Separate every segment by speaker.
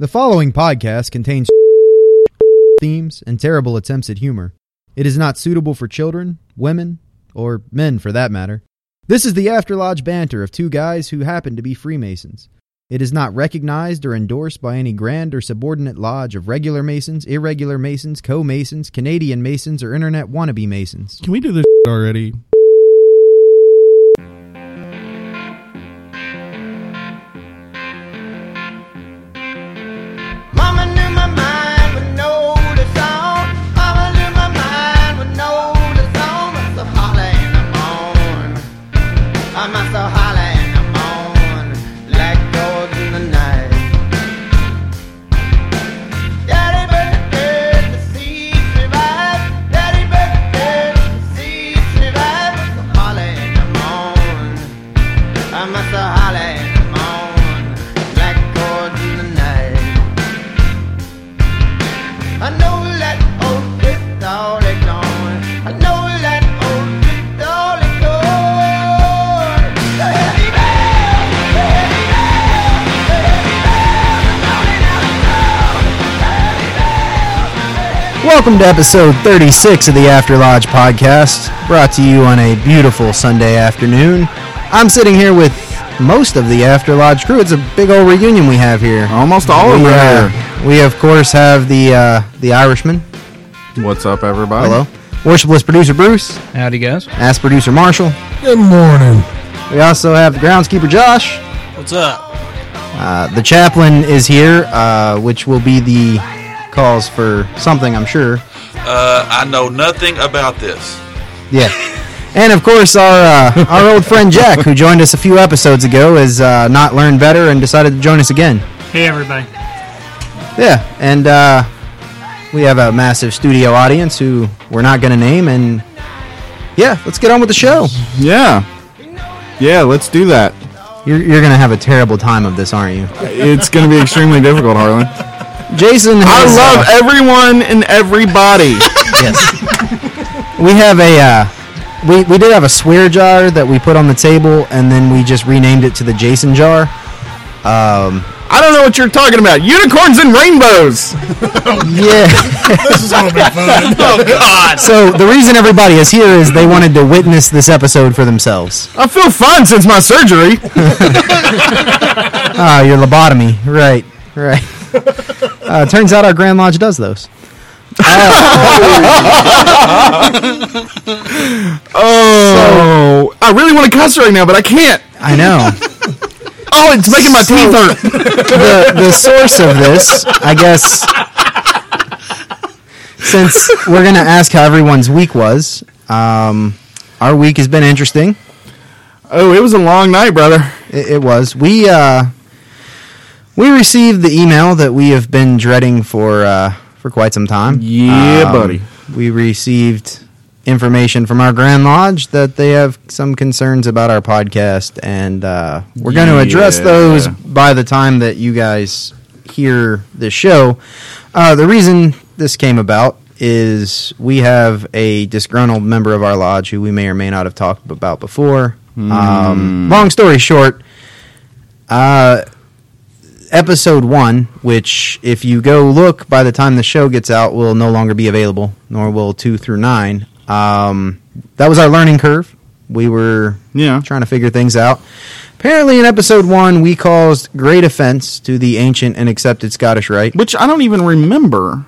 Speaker 1: The following podcast contains themes and terrible attempts at humor. It is not suitable for children, women, or men for that matter. This is the afterlodge banter of two guys who happen to be Freemasons. It is not recognized or endorsed by any grand or subordinate lodge of regular Masons, irregular Masons, co Masons, Canadian Masons, or internet wannabe Masons.
Speaker 2: Can we do this already?
Speaker 3: Mama knew my mind would know the song. Mama knew my mind would know the song. I'm so holla in the morn. I'm so holla in the morn. Like gold in the night. Daddy bird the bird, the seeds revive. Daddy bird the bird, the seeds revive. I'm so holla in the morn. I'm so holla in the morn. Like gold in the night. I know that old is all they gone. I know that old is all they gone. The heavy bells, the heavy bells, the heavy bells are tolling out the town. The heavy bells, the heavy
Speaker 1: Welcome to episode 36 of the After Lodge podcast, brought to you on a beautiful Sunday afternoon. I'm sitting here with most of the After Lodge crew. It's a big old reunion we have here.
Speaker 4: Almost all of
Speaker 1: we, uh,
Speaker 4: them are
Speaker 1: we of course have the uh, the Irishman.
Speaker 4: here. What's up, everybody?
Speaker 1: Hello, worshipless producer Bruce,
Speaker 5: Howdy, guys.
Speaker 1: ass producer Marshall.
Speaker 2: Good morning.
Speaker 1: We also have groundskeeper Josh.
Speaker 5: What's up?
Speaker 1: Uh, the chaplain is here, uh, which will be the cause for something, I'm sure.
Speaker 6: Uh, I know nothing about this.
Speaker 1: Yeah. And of course, our uh, our old friend Jack, who joined us a few episodes ago, has uh, not learned better and decided to join us again.
Speaker 5: Hey, everybody.
Speaker 1: Yeah, and uh, we have a massive studio audience who we're not going to name. And yeah, let's get on with the show.
Speaker 4: Yeah. Yeah, let's do that.
Speaker 1: You're, you're going to have a terrible time of this, aren't you?
Speaker 4: It's going to be extremely difficult, Harlan.
Speaker 1: Jason,
Speaker 4: I
Speaker 1: has,
Speaker 4: love
Speaker 1: uh,
Speaker 4: everyone and everybody.
Speaker 1: yes. We have a uh, we we did have a swear jar that we put on the table, and then we just renamed it to the Jason jar. Um,
Speaker 4: I don't know what you're talking about. Unicorns and rainbows.
Speaker 1: yeah.
Speaker 2: This is gonna be fun.
Speaker 4: Oh, God.
Speaker 1: So the reason everybody is here is they wanted to witness this episode for themselves.
Speaker 4: I feel fine since my surgery.
Speaker 1: Ah, your lobotomy. Right, right. Uh, turns out our Grand Lodge does those. Uh,
Speaker 4: Oh. I really want to cuss right now, but I can't.
Speaker 1: I know.
Speaker 4: Oh, it's making my teeth hurt.
Speaker 1: The the source of this, I guess, since we're gonna ask how everyone's week was. Um, our week has been interesting.
Speaker 4: Oh, it was a long night, brother.
Speaker 1: It, it was. We uh, we received the email that we have been dreading for uh, for quite some time. Um,
Speaker 4: Yeah, buddy.
Speaker 1: We received information from our Grand Lodge that they have some concerns about our podcast, and uh, we're going to address
Speaker 4: Yeah.
Speaker 1: those by the time that you guys hear the show. Uh, the reason this came about is we have a disgruntled member of our lodge who we may or may not have talked about before. Um, long story short, uh, episode one, which if you go look by the time the show gets out, will no longer be available, nor will two through nine. Um, that was our learning curve. We were
Speaker 4: Yeah.
Speaker 1: trying to figure things out. Apparently, in episode one, we caused great offense to the ancient and accepted Scottish rite.
Speaker 4: Which I don't even remember.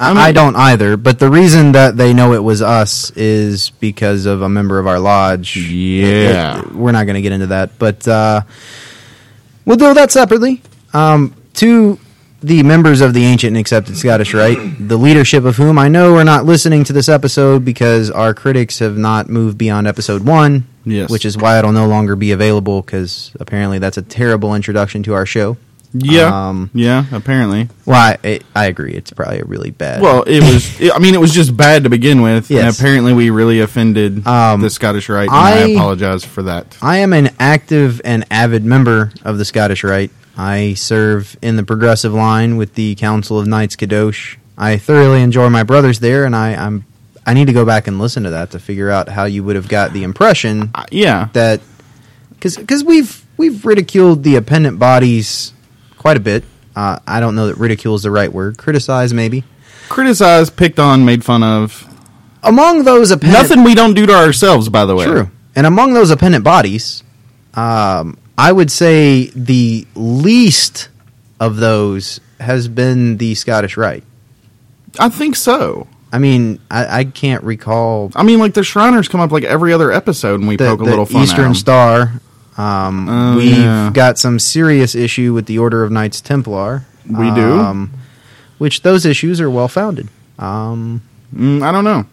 Speaker 1: I,
Speaker 4: mean-
Speaker 1: I don't either, but the reason that they know it was us is because of a member of our lodge.
Speaker 4: Yeah.
Speaker 1: It- it- we're not going to get into that, but uh, we'll do that separately. Um, to the members of the ancient and accepted Scottish Rite, the leadership of whom I know are not listening to this episode because our critics have not moved beyond episode one,
Speaker 4: Yes.
Speaker 1: which is why it'll no longer be available because apparently that's a terrible introduction to our show.
Speaker 4: Yeah.
Speaker 1: Um,
Speaker 4: yeah, apparently.
Speaker 1: Why? I, I agree. It's probably a really bad.
Speaker 4: Well, it was. It, I mean, it was just bad to begin with, and
Speaker 1: Yes.
Speaker 4: apparently we really offended
Speaker 1: Um,
Speaker 4: the Scottish right. And
Speaker 1: I-
Speaker 4: I, apologize for that.
Speaker 1: I am an active and avid member of the Scottish Rite. I serve in the progressive line with the Council of Knights Kadosh. I thoroughly enjoy my brothers there, and I, I'm I need to go back and listen to that to figure out how you would have got the impression
Speaker 4: I- yeah,
Speaker 1: that because we've we've ridiculed the appendant bodies quite a bit. Uh, I don't know that ridicule is the right word. Criticize, maybe.
Speaker 4: Criticized, picked on, made fun of.
Speaker 1: Among those appendant,
Speaker 4: Nothing we don't do to ourselves, by the way.
Speaker 1: True. And among those appendant bodies, um, I would say the least of those has been the Scottish Rite.
Speaker 4: I think so.
Speaker 1: I mean, I, I can't recall
Speaker 4: I mean, like the Shriners come up like every other episode, and we
Speaker 1: the,
Speaker 4: poke a little
Speaker 1: the
Speaker 4: fun at
Speaker 1: Eastern
Speaker 4: 'em.
Speaker 1: Star. Um,
Speaker 4: Oh,
Speaker 1: we've
Speaker 4: yeah.
Speaker 1: got some serious issue with the Order of Knights Templar. Um,
Speaker 4: We do?
Speaker 1: which those issues are well founded. Um,
Speaker 4: Mm, I don't know.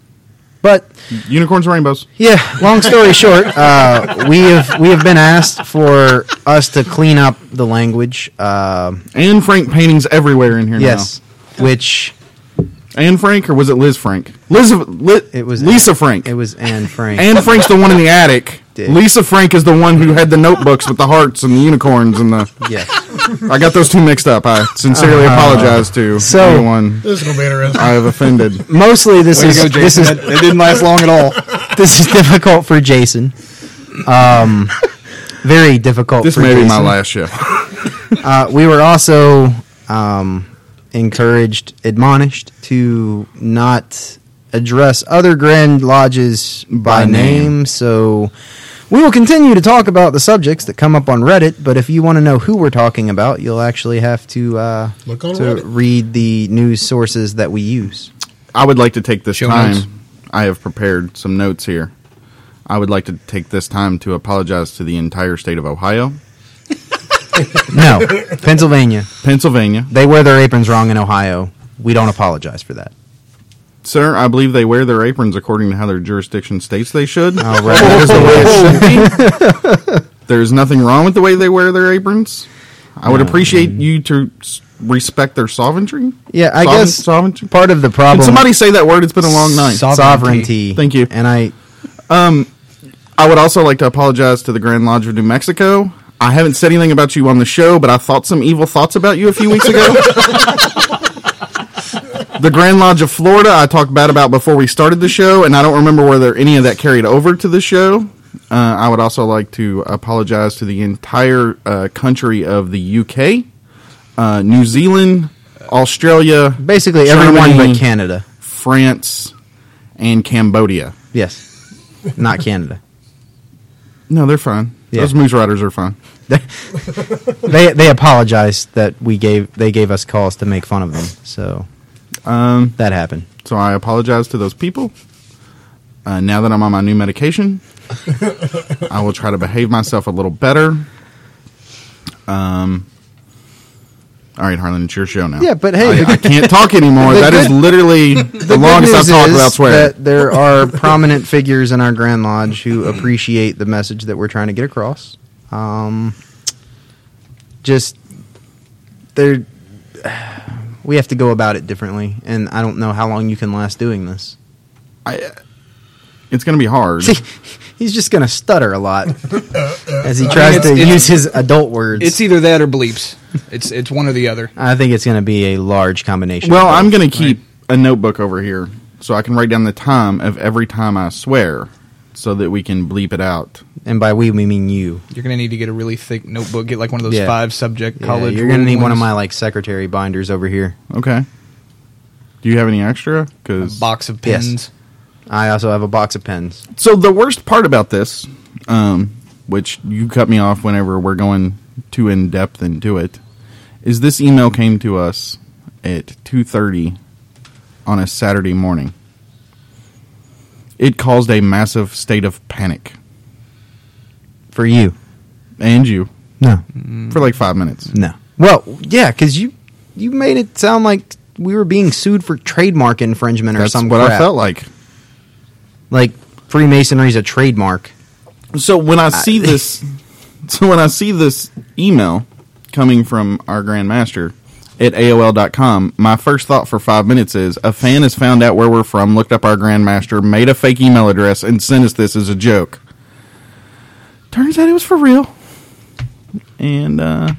Speaker 1: but
Speaker 4: Unicorns, and rainbows.
Speaker 1: Yeah. Long story short, uh, we have we have been asked for us to clean up the language. Um
Speaker 4: Anne Frank paintings everywhere in here
Speaker 1: yes, which
Speaker 4: now. Anne Frank, or was it Liz Frank? Liz, Li,
Speaker 1: it was
Speaker 4: Lisa Frank.
Speaker 1: It was Anne Frank.
Speaker 4: Anne Frank's the one in the attic.
Speaker 1: Dick.
Speaker 4: Lisa Frank is the one who had the notebooks with the hearts and the unicorns and the.
Speaker 1: yes.
Speaker 4: I got those two mixed up. I sincerely apologize to
Speaker 1: Uh-huh. so-
Speaker 4: anyone
Speaker 2: This is gonna be interesting.
Speaker 4: I have offended.
Speaker 1: Mostly this
Speaker 5: Way to
Speaker 1: is
Speaker 5: go,
Speaker 1: this
Speaker 5: Jason.
Speaker 1: is
Speaker 5: That, that didn't last long at all.
Speaker 1: this is difficult for Jason. Um, very difficult.
Speaker 4: This
Speaker 1: for
Speaker 4: may be my
Speaker 1: Jason.
Speaker 4: last shift.
Speaker 1: Uh, we were also um, encouraged, admonished to not address other Grand Lodges by,
Speaker 4: By
Speaker 1: name.
Speaker 4: name.
Speaker 1: So we will continue to talk about the subjects that come up on Reddit. But if you want to know who we're talking about, you'll actually have to uh,
Speaker 2: Look on
Speaker 1: to
Speaker 2: Reddit.
Speaker 1: read the news sources that we use.
Speaker 4: I would like to take this
Speaker 5: Show
Speaker 4: time.
Speaker 5: notes.
Speaker 4: I have prepared some notes here. I would like to take this time to apologize to the entire state of Ohio,
Speaker 1: No, Pennsylvania.
Speaker 4: Pennsylvania.
Speaker 1: They wear their aprons wrong in Ohio. We don't apologize for that.
Speaker 4: Sir, I believe they wear their aprons according to how their jurisdiction states they should.
Speaker 1: All Oh, right, that is the way it
Speaker 4: There's nothing wrong with the way they wear their aprons. I would appreciate you to s- respect their sovereignty.
Speaker 1: Yeah, I
Speaker 4: Sov-
Speaker 1: guess
Speaker 4: sovereignty.
Speaker 1: part of the problem.
Speaker 4: Can somebody say that word? It's been a long night.
Speaker 1: Sovereignty.
Speaker 5: Sovereignty.
Speaker 4: Thank you.
Speaker 1: And I
Speaker 4: I would also like to apologize to the Grand Lodge of New Mexico. I haven't said anything about you on the show, but I thought some evil thoughts about you a few weeks ago. the Grand Lodge of Florida, I talked bad about before we started the show, and I don't remember whether any of that carried over to the show. Uh, I would also like to apologize to the entire uh, country of the UK, uh, New Zealand, Australia,
Speaker 1: basically everyone
Speaker 4: Germany,
Speaker 1: but Canada.
Speaker 4: France, and Cambodia.
Speaker 1: Yes, not Canada.
Speaker 4: No, they're fine.
Speaker 1: Yeah.
Speaker 4: Those Moose Riders are fine.
Speaker 1: They they apologized that we gave they gave us calls to make fun of them. So
Speaker 4: Um,
Speaker 1: that happened.
Speaker 4: So I apologize to those people. Uh, now that I'm on my new medication, I will try to behave myself a little better. Um, all right, Harlan, it's your show now.
Speaker 1: Yeah, but hey,
Speaker 4: I, I can't talk anymore.
Speaker 1: The
Speaker 4: That is
Speaker 1: good-
Speaker 4: literally the, longest I've talked without swearing.
Speaker 1: that there are prominent figures in our Grand Lodge who appreciate the message that we're trying to get across. Um, just they're we have to go about it differently, and I don't know how long you can last doing this.
Speaker 4: I, it's going to be hard.
Speaker 1: See, he's just gonna stutter a lot as he tries
Speaker 5: I mean, it's-
Speaker 1: to
Speaker 5: it's-
Speaker 1: use his adult words.
Speaker 5: It's either that or bleeps. It's it's one or the other.
Speaker 1: I think it's gonna be a large combination.
Speaker 4: well, I'm going to keep a notebook over here so I can write down the time of every time I swear so that we can bleep it out.
Speaker 1: and by we we mean you.
Speaker 5: You're gonna need to get a really thick notebook. Get like one of those
Speaker 1: Yeah.
Speaker 5: five subject
Speaker 1: Yeah,
Speaker 5: college.
Speaker 1: you're gonna
Speaker 5: rule
Speaker 1: need one of my
Speaker 5: ones.
Speaker 1: like secretary binders over here.
Speaker 4: Okay. Do you have any extra? Because
Speaker 5: box of
Speaker 1: Yes.
Speaker 5: pins.
Speaker 1: I also have a box of pens.
Speaker 4: So the worst part about this, um, which you cut me off whenever we're going too in depth into it, is this email came to us at two thirty on a Saturday morning. It caused a massive state of panic,
Speaker 1: For you?
Speaker 4: and you
Speaker 1: No,
Speaker 4: for like five minutes.
Speaker 1: no. Well, yeah, because you you made it sound like we were being sued for trademark infringement or
Speaker 4: That's
Speaker 1: some
Speaker 4: what
Speaker 1: crap.
Speaker 4: I felt like.
Speaker 1: Like Freemasonry's a trademark.
Speaker 4: So when I see this, so when I see this email coming from our Grand Master at AOL.com, my first thought for five minutes is a fan has found out where we're from, looked up our Grand Master, made a fake email address, and sent us this as a joke. Turns out it was for real. And uh,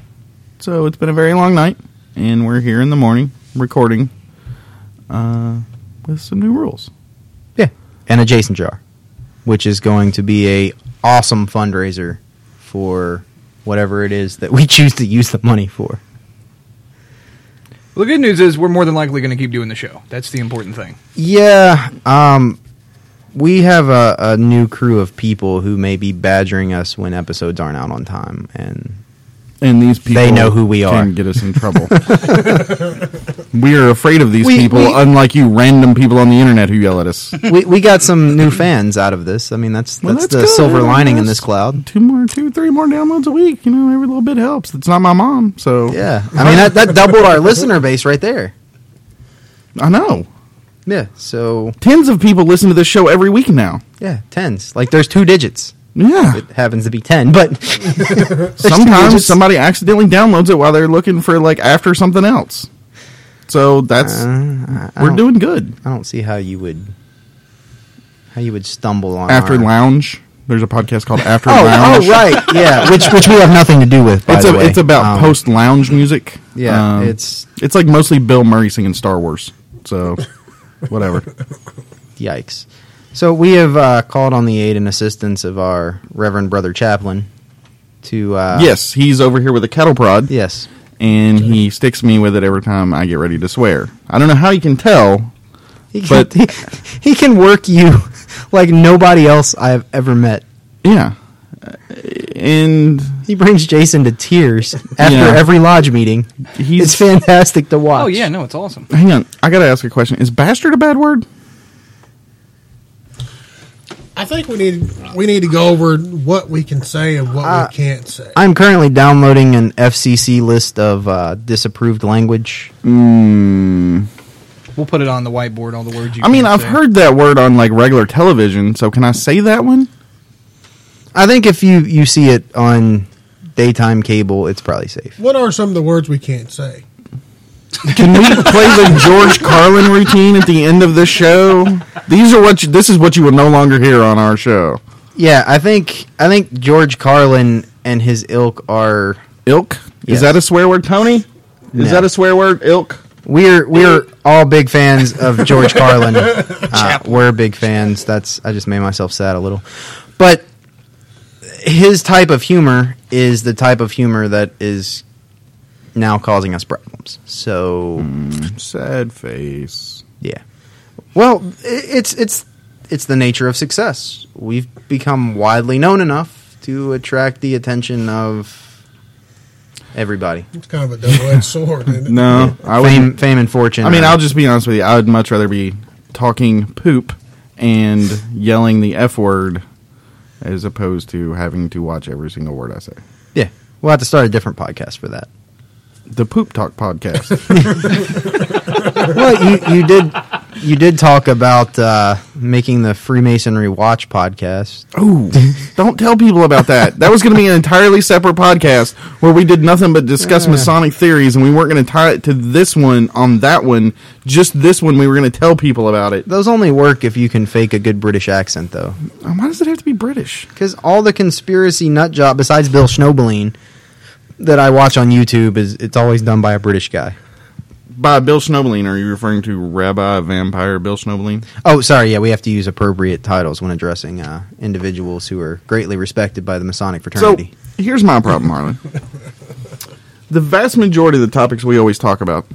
Speaker 4: so it's been a very long night, and we're here in the morning recording uh, with some new rules.
Speaker 1: Yeah, and a Jason jar, which is going to be a awesome fundraiser for whatever it is that we choose to use the money for.
Speaker 5: The good news is we're more than likely going to keep doing the show. That's the important thing.
Speaker 1: Yeah, um, we have a, a new crew of people who may be badgering us when episodes aren't out on time, and
Speaker 4: And these people
Speaker 1: They know who we are.
Speaker 4: can get us in trouble. we are afraid of these
Speaker 1: We-
Speaker 4: people,
Speaker 1: we-
Speaker 4: unlike you random people on the internet who yell at us.
Speaker 1: we we got some new fans out of this. I mean, that's
Speaker 4: Well,
Speaker 1: that's,
Speaker 4: that's
Speaker 1: the
Speaker 4: good.
Speaker 1: silver lining in
Speaker 4: That's-
Speaker 1: this cloud.
Speaker 4: two more, two, three more downloads a week. You know, every little bit helps. It's not my mom, so
Speaker 1: Yeah, I mean that that doubled our listener base right there.
Speaker 4: I know.
Speaker 1: Yeah, so
Speaker 4: Tens of people listen to this show every week now.
Speaker 1: yeah, tens. Like there's two digits.
Speaker 4: Yeah,
Speaker 1: It happens to be ten, but
Speaker 4: sometimes somebody accidentally downloads it while they're looking for like after something else. So that's
Speaker 1: Uh, I
Speaker 4: we're
Speaker 1: don't-
Speaker 4: doing good.
Speaker 1: I don't see how you would how you would stumble on
Speaker 4: After
Speaker 1: our-
Speaker 4: Lounge, there's a podcast called After
Speaker 1: Oh,
Speaker 4: Lounge.
Speaker 1: oh, right, yeah, which which we have nothing to do with. By
Speaker 4: It's
Speaker 1: the
Speaker 4: a,
Speaker 1: way.
Speaker 4: it's about
Speaker 1: Um,
Speaker 4: post lounge music.
Speaker 1: Yeah,
Speaker 4: Um,
Speaker 1: it's
Speaker 4: it's like mostly Bill Murray singing Star Wars. So whatever.
Speaker 1: Yikes. So we have uh, called on the aid and assistance of our Reverend Brother Chaplain to. Uh,
Speaker 4: yes, he's over here with a cattle prod.
Speaker 1: Yes.
Speaker 4: and he sticks me with it every time I get ready to swear. I don't know how you can tell.
Speaker 1: He can,
Speaker 4: But-
Speaker 1: he, he can work you like nobody else I have ever met.
Speaker 4: Yeah, Uh, and
Speaker 1: He brings Jason to tears after
Speaker 4: Yeah.
Speaker 1: every lodge meeting.
Speaker 4: He's-
Speaker 1: it's fantastic to watch.
Speaker 5: Oh yeah, no, it's awesome.
Speaker 4: hang on, I gotta ask a question. Is bastard a bad word?
Speaker 2: I think we need we need to go over what we can say and what we can't say.
Speaker 1: I'm currently downloading an FCC list of uh, disapproved language. Hmm.
Speaker 5: We'll put it on the whiteboard. All the words you.
Speaker 4: I mean,
Speaker 5: can't
Speaker 4: I've
Speaker 5: say.
Speaker 4: heard that word on like regular television. So can I say that one?
Speaker 1: I think if you, you see it on daytime cable, it's probably safe.
Speaker 2: what are some of the words we can't say?
Speaker 4: Can we play the George Carlin routine at the end of the show?
Speaker 1: Oh.
Speaker 4: These are what you, this is what you will no longer hear on our show.
Speaker 1: Yeah, I think I think George Carlin and his ilk are
Speaker 4: Ilk
Speaker 1: Yes.
Speaker 4: is that a swear word, Tony? Is
Speaker 1: No.
Speaker 4: that a swear word? Ilk.
Speaker 1: We're we're all big fans of George Carlin. Uh, we're big fans. That's I just made myself sad a little, but his type of humor is the type of humor that is now causing us problems. So
Speaker 4: Sad face.
Speaker 1: yeah, well, i- it's it's it's the nature of success. We've become widely known enough to attract the attention of everybody.
Speaker 2: It's kind of a double-edged sword. Isn't it?
Speaker 4: No, I would
Speaker 1: Fame, fame, and fortune.
Speaker 4: I mean,
Speaker 1: are-
Speaker 4: I'll just be honest with you. I would much rather be talking poop and yelling the F word as opposed to having to watch every single word I say.
Speaker 1: yeah. We'll have to start a different podcast for that.
Speaker 4: The Poop Talk podcast.
Speaker 1: well, you, you did you did talk about uh, making the Freemasonry Watch podcast.
Speaker 4: Ooh, don't tell people about that. That was going to be an entirely separate podcast where we did nothing but discuss Masonic theories, and we weren't going to tie it to this one on that one. Just this one, we were going to tell people about it.
Speaker 1: Those only work if you can fake a good British accent, though,
Speaker 4: Um, Why does it have to be British?
Speaker 1: because all the conspiracy nut job besides Bill Schnobelin that I watch on YouTube is it's always done by a British guy.
Speaker 4: By Bill Snowbleen, are you referring to Rabbi Vampire Bill Snowbleen?
Speaker 1: Oh, sorry. Yeah, we have to use appropriate titles when addressing uh, individuals who are greatly respected by the Masonic fraternity.
Speaker 4: So here's my problem, Harlan. the vast majority of the topics we always talk about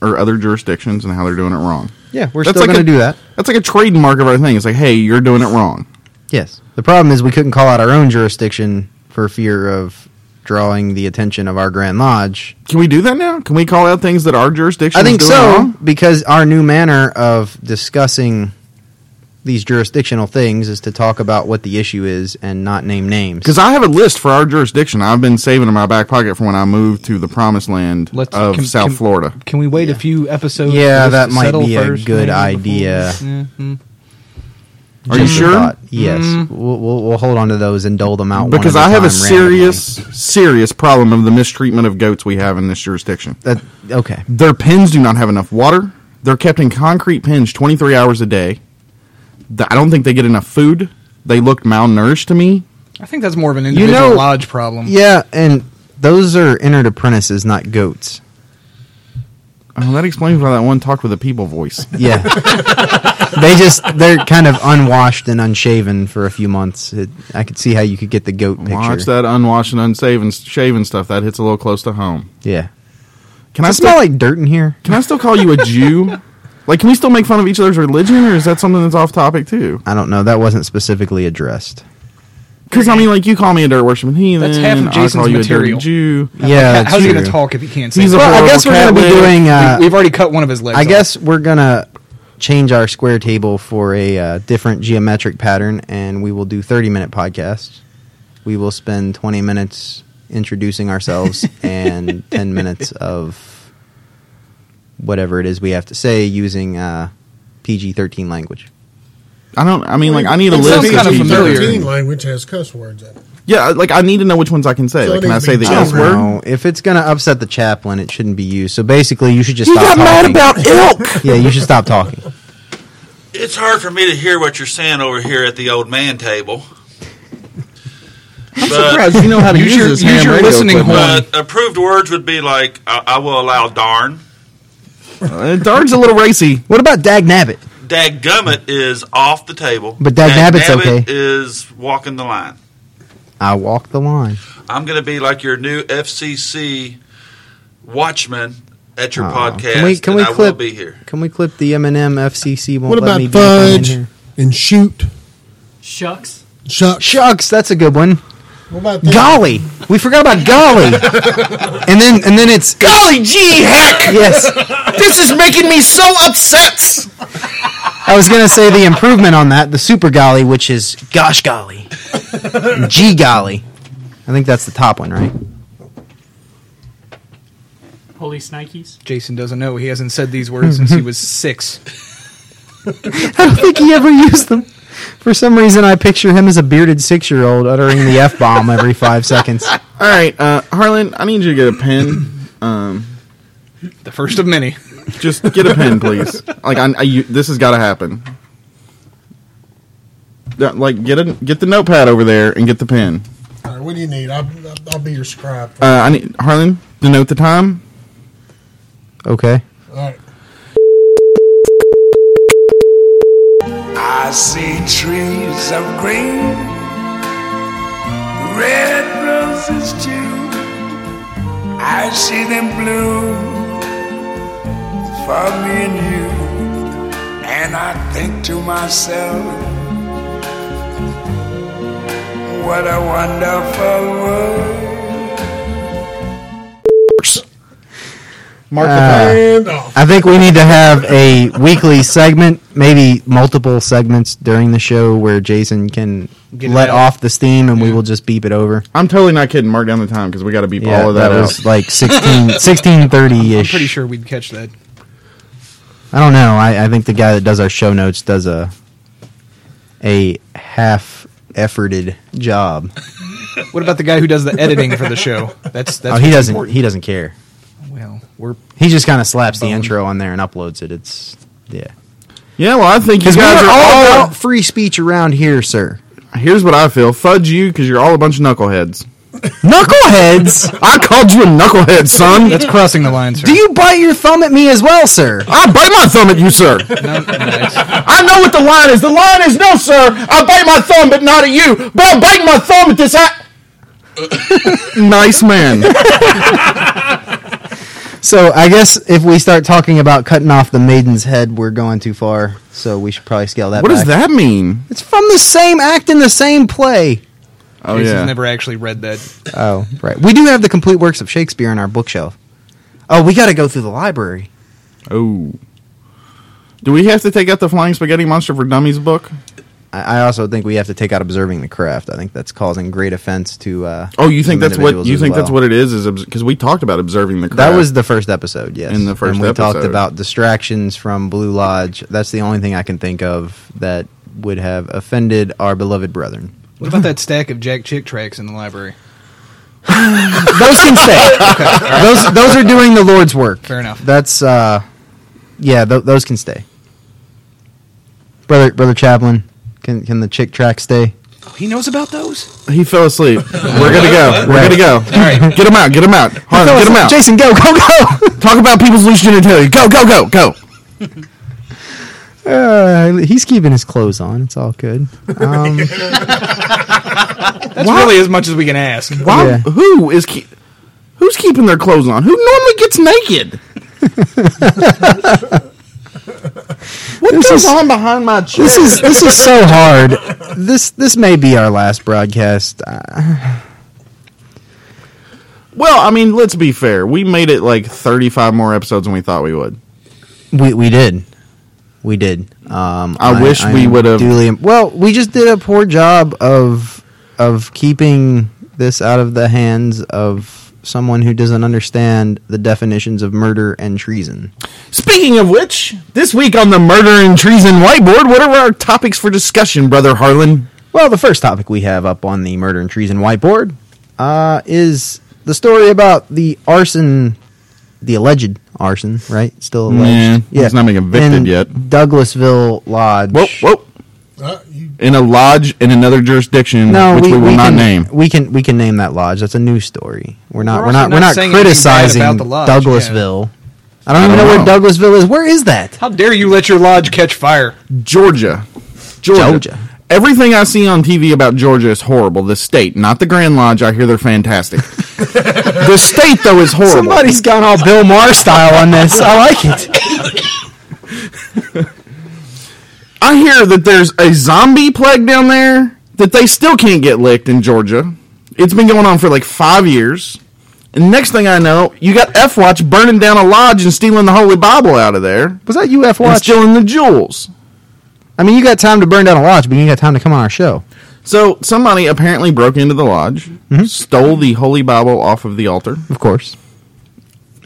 Speaker 4: are other jurisdictions and how they're doing it wrong.
Speaker 1: yeah, we're
Speaker 4: That's
Speaker 1: still
Speaker 4: like
Speaker 1: going
Speaker 4: a-
Speaker 1: to do that.
Speaker 4: That's like a trademark of our thing. It's like, hey, you're doing it wrong.
Speaker 1: Yes. The problem is we couldn't call out our own jurisdiction for fear of drawing the attention of our Grand Lodge.
Speaker 4: Can we do that now? Can we call out things that our jurisdiction?
Speaker 1: I
Speaker 4: is
Speaker 1: think
Speaker 4: doing
Speaker 1: so
Speaker 4: wrong?
Speaker 1: because our new manner of discussing these jurisdictional things is to talk about what the issue is and not name names.
Speaker 4: Because I have a list for our jurisdiction. I've been saving in my back pocket for when I moved to the promised land
Speaker 5: Let's-
Speaker 4: of
Speaker 5: can-
Speaker 4: South
Speaker 5: can-
Speaker 4: Florida.
Speaker 5: Can we wait a few episodes?
Speaker 1: Yeah,
Speaker 5: for this
Speaker 1: that
Speaker 5: to
Speaker 1: might
Speaker 5: settle
Speaker 1: be a
Speaker 5: first,
Speaker 1: good
Speaker 5: maybe, before we-
Speaker 1: idea. Mm-hmm.
Speaker 5: Mhm.
Speaker 4: Are you
Speaker 1: Just a
Speaker 4: sure? Mm.
Speaker 1: thought. Yes, we'll, we'll, we'll hold on to those and dole them out.
Speaker 4: Because
Speaker 1: one at
Speaker 4: I have a
Speaker 1: time randomly.
Speaker 4: serious, serious problem of the mistreatment of goats we have in this jurisdiction.
Speaker 1: That, okay,
Speaker 4: Their pens do not have enough water. They're kept in concrete pens 23 hours a day. Th- I don't think they get enough food. They look malnourished to me.
Speaker 5: I think that's more of an individual
Speaker 1: know-
Speaker 5: lodge problem.
Speaker 1: yeah, and those are entered apprentices, not goats.
Speaker 4: Oh, that explains why that one talked with a people voice.
Speaker 1: Yeah, they just they're kind of unwashed and unshaven for a few months. It, I could see how you could get the goat picture.
Speaker 4: Watch that unwashed and unshaven shaven stuff. That hits a little close to home.
Speaker 1: Yeah.
Speaker 4: Can I
Speaker 1: Does it
Speaker 4: still,
Speaker 1: smell like dirt in here?
Speaker 4: can I still call you a Jew? like, can we still make fun of each other's religion, or is that something that's off topic too?
Speaker 1: I don't know. That wasn't specifically addressed.
Speaker 4: Because I mean, like, you call me a dirt worshiping heathen.
Speaker 5: That's half of
Speaker 4: and I
Speaker 5: Jason's
Speaker 4: call you
Speaker 5: material.
Speaker 4: a dirty Jew.
Speaker 1: yeah,
Speaker 5: How-
Speaker 1: that's
Speaker 5: how's he gonna
Speaker 1: true.
Speaker 5: talk if he can't say?
Speaker 4: He's a
Speaker 5: that?
Speaker 1: Well, I
Speaker 4: horrible
Speaker 1: guess we're gonna be
Speaker 4: Catholic.
Speaker 1: doing. Uh,
Speaker 5: we, have already cut one of his legs.
Speaker 1: I
Speaker 5: off.
Speaker 1: guess we're gonna change our square table for a uh, different geometric pattern, and we will do thirty-minute podcasts. We will spend twenty minutes introducing ourselves and ten minutes of whatever it is we have to say using uh, PG thirteen language.
Speaker 4: I don't. I mean, like, I need a
Speaker 2: It
Speaker 5: sounds
Speaker 4: list.
Speaker 5: kinda
Speaker 4: of
Speaker 2: PG-13
Speaker 5: familiar.
Speaker 2: Language has cuss words in it.
Speaker 4: Yeah, like I need to know which ones I can say.
Speaker 2: So
Speaker 4: like,
Speaker 2: it
Speaker 4: can I
Speaker 2: needs to
Speaker 4: say the
Speaker 2: be
Speaker 4: S
Speaker 2: children.
Speaker 4: word?
Speaker 1: No, if it's gonna upset the chaplain, it shouldn't be used. So basically, you should just stop talking.
Speaker 4: ilk.
Speaker 1: yeah, you should stop talking.
Speaker 6: It's hard for me to hear what you're saying over here at the old man table.
Speaker 4: I'm surprised you know how to
Speaker 5: Use
Speaker 4: use,
Speaker 5: your-
Speaker 4: this
Speaker 5: use
Speaker 4: ham
Speaker 5: your
Speaker 4: radio
Speaker 5: listening
Speaker 4: equipment.
Speaker 5: horn.
Speaker 6: But approved words would be like, I, I will allow darn.
Speaker 4: Uh, Darn's a little racy.
Speaker 1: What about Dag Nabbit?
Speaker 6: Dadgummit is off the table.
Speaker 1: But dadnabbit's
Speaker 6: Dadnabbit
Speaker 1: okay.
Speaker 6: is walking the line.
Speaker 1: I walk the line.
Speaker 6: I'm going to be like your new FCC watchman at your
Speaker 1: Aw.
Speaker 6: podcast.
Speaker 1: Can we- can
Speaker 6: and
Speaker 1: we
Speaker 6: I will
Speaker 1: clip-
Speaker 6: be here.
Speaker 1: Can we clip the Eminem FCC? Won't
Speaker 2: What
Speaker 1: let
Speaker 2: about
Speaker 1: me be a fan in
Speaker 2: fudge
Speaker 1: here?
Speaker 2: and shoot?
Speaker 7: Shucks.
Speaker 2: Shuck.
Speaker 1: Shucks, that's a good one.
Speaker 2: What about that?
Speaker 1: Golly, we forgot about golly. and then and then it's golly gee heck. Yes,
Speaker 4: This is making me so upset.
Speaker 1: I was gonna say the improvement on that, the super golly, which is gosh golly, gee golly. I think that's the top one, right?
Speaker 7: Holy snikes.
Speaker 5: Jason doesn't know. He hasn't said these words since he was six.
Speaker 1: I don't think he ever used them. For some reason, I picture him as a bearded six-year-old uttering the f bomb every five seconds.
Speaker 4: All right, uh, Harlan, I need you to get a pen. Um,
Speaker 5: The first of many.
Speaker 4: just get a pen, please. Like, I, I you, this has got to happen. Yeah, Like, get a get the notepad over there and get the pen.
Speaker 2: All right, what do you need? I'll, I'll- I'll be your scribe.
Speaker 4: Uh, I need Harlan to note the time.
Speaker 1: Okay.
Speaker 2: All right.
Speaker 8: I see trees of green, red roses too. I see them bloom for me and you. And I think to myself, what a wonderful world.
Speaker 4: Mark the
Speaker 1: Uh,
Speaker 4: time.
Speaker 2: And off.
Speaker 1: I think we need to have a weekly segment, maybe multiple segments during the show where Jason can
Speaker 5: Get it
Speaker 1: let
Speaker 5: out.
Speaker 1: off the steam and we will just beep it over.
Speaker 4: I'm totally not kidding. Mark down the time because we got to beep
Speaker 1: Yeah,
Speaker 4: all of
Speaker 1: that,
Speaker 4: that,
Speaker 1: was
Speaker 4: out.
Speaker 1: like 16, 1630
Speaker 5: I'm
Speaker 1: ish.
Speaker 5: pretty sure we'd catch that.
Speaker 1: I don't know. I, I think the guy that does our show notes does a a half efforted job.
Speaker 5: What about the guy who does the editing for the show? That's
Speaker 1: oh,
Speaker 5: that's
Speaker 1: he
Speaker 5: what's
Speaker 1: doesn't.
Speaker 5: important.
Speaker 1: He doesn't care.
Speaker 5: Well, we're
Speaker 1: He just kind of slaps the intro on there and uploads it. It's yeah.
Speaker 4: Yeah, well, I think you
Speaker 1: Because we
Speaker 4: guys
Speaker 1: are
Speaker 4: are
Speaker 1: all
Speaker 4: all.
Speaker 1: about free speech around here, sir.
Speaker 4: Here's what I feel. Fudge you because you're all a bunch of knuckleheads.
Speaker 1: Knuckleheads.
Speaker 4: I called you a knucklehead, son.
Speaker 5: that's crossing the line, sir.
Speaker 1: Do you bite your thumb at me as well, sir?
Speaker 4: I bite my thumb at you, sir.
Speaker 5: No, no, it's-
Speaker 4: I know what the line is. The line is no, sir. I bite my thumb, but not at you. But I bite my thumb at this. I- nice man.
Speaker 1: So I guess if we start talking about cutting off the maiden's head, we're going too far. So we should probably scale that.
Speaker 4: What does
Speaker 1: back.
Speaker 4: that mean?
Speaker 1: It's from the same act in the same play.
Speaker 4: Oh
Speaker 5: Jason's
Speaker 4: yeah.
Speaker 5: never actually read that.
Speaker 1: Oh, right. We do have the complete works of Shakespeare in our bookshelf. Oh, we got to go through the library.
Speaker 4: oh. Do we have to take out the Flying Spaghetti Monster for Dummies book?
Speaker 1: I I also think we have to take out observing the craft. I think that's causing great offense to. Uh,
Speaker 4: Oh, you think
Speaker 1: some
Speaker 4: that's what
Speaker 1: individuals
Speaker 4: you
Speaker 1: as
Speaker 4: think that's
Speaker 1: well.
Speaker 4: what it is? Is because we talked about observing the. Crowd.
Speaker 1: That was the first episode, yes.
Speaker 4: In the first
Speaker 1: and we talked
Speaker 4: episode.
Speaker 1: about distractions from Blue Lodge. That's the only thing I can think of that would have offended our beloved brethren.
Speaker 5: What about that stack of Jack Chick tracks in the library?
Speaker 1: those can stay. Those those are doing the Lord's work.
Speaker 5: Fair enough.
Speaker 1: That's uh, yeah, th- those can stay. Brother brother Chaplin, can can the chick track stay?
Speaker 5: He knows about those.
Speaker 4: he fell asleep. We're gonna go. We're
Speaker 1: Right.
Speaker 4: gonna go.
Speaker 5: All right.
Speaker 4: Get him out. Get him out. Harlan, get him out.
Speaker 1: Jason, go go go.
Speaker 4: Talk about people's loose genitalia. Go go go go.
Speaker 1: Uh, he's keeping his clothes on. It's all good. Um,
Speaker 5: That's really as much as we can ask.
Speaker 4: Why?
Speaker 1: Yeah.
Speaker 4: Who is? Ke- Who's keeping their clothes on? Who normally gets naked? what
Speaker 1: This
Speaker 4: goes
Speaker 1: is-
Speaker 4: on behind my chair?
Speaker 1: This is this is so hard. This this may be our last broadcast. Uh,
Speaker 4: well, I mean, let's be fair. We made it like 35 more episodes than we thought we would.
Speaker 1: we we did, we did. Um,
Speaker 4: I wish we
Speaker 1: am
Speaker 4: would've-
Speaker 1: duly- Well, we just did a poor job of of keeping this out of the hands of someone who doesn't understand the definitions of murder and treason.
Speaker 4: Speaking of which, this week on the Murder and Treason Whiteboard, what are our topics for discussion, Brother Harlan?
Speaker 1: Well, the first topic we have up on the murder and treason whiteboard uh, is the story about the arson, the alleged arson, right? Still alleged.
Speaker 4: Nah, he's not been convicted
Speaker 1: in
Speaker 4: yet.
Speaker 1: Douglasville Lodge.
Speaker 4: Whoa, whoa.
Speaker 2: Uh, you,
Speaker 4: In a lodge in another jurisdiction,
Speaker 1: No,
Speaker 4: which we,
Speaker 1: we,
Speaker 4: will not
Speaker 1: can,
Speaker 4: name.
Speaker 1: We can we can name that lodge. That's a new story. We're not
Speaker 5: We're
Speaker 1: we're, not
Speaker 5: also
Speaker 1: we're
Speaker 5: not
Speaker 1: not
Speaker 5: saying anything bad
Speaker 1: criticizing
Speaker 5: about the lodge,
Speaker 1: Douglasville. I don't even
Speaker 4: don't
Speaker 1: know,
Speaker 4: know.
Speaker 1: where Douglasville is. Where is that?
Speaker 5: How dare you let your lodge catch fire?
Speaker 4: Georgia. Georgia.
Speaker 1: Georgia.
Speaker 4: Everything I see on TV about Georgia is horrible. The state, not the Grand Lodge. I hear they're fantastic. the state, though, is horrible.
Speaker 1: Somebody's gone all Bill Maher style on this. I like it.
Speaker 4: I hear that there's a zombie plague down there that they still can't get licked in Georgia. It's been going on for like five years. And next thing I know, you got F Watch burning down a lodge and stealing the Holy Bible out of there
Speaker 1: Was that UF
Speaker 4: and
Speaker 1: Watch?
Speaker 4: stealing the jewels.
Speaker 1: I mean, you got time to burn down a lodge, but you ain't got time to come on our show.
Speaker 4: So somebody apparently broke into the lodge,
Speaker 1: Mm-hmm.
Speaker 4: stole the Holy Bible off of the altar.
Speaker 1: Of course.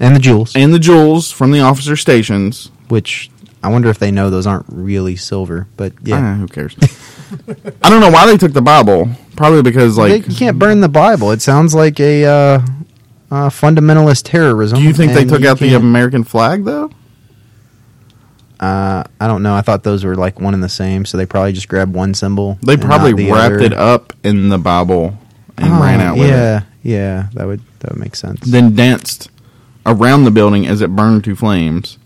Speaker 1: And the jewels,
Speaker 4: and the jewels from the officer stations.
Speaker 1: which I wonder if they know those aren't really silver, but
Speaker 4: Ah,
Speaker 1: yeah.
Speaker 4: who cares? I don't know why they took the Bible. Probably because like,
Speaker 1: They- you can't burn the Bible. It sounds like a uh, uh, fundamentalist terrorism.
Speaker 4: do you think they
Speaker 1: and
Speaker 4: took
Speaker 1: you
Speaker 4: out the
Speaker 1: can't-
Speaker 4: American flag though?
Speaker 1: uh, I don't know. I thought those were like one and the same, so they probably just grabbed one symbol.
Speaker 4: They
Speaker 1: and
Speaker 4: probably
Speaker 1: not the
Speaker 4: wrapped
Speaker 1: other.
Speaker 4: it up in the Bible and
Speaker 1: Oh,
Speaker 4: ran out with it.
Speaker 1: yeah, yeah. That would that would make sense.
Speaker 4: Then danced around the building as it burned to flames.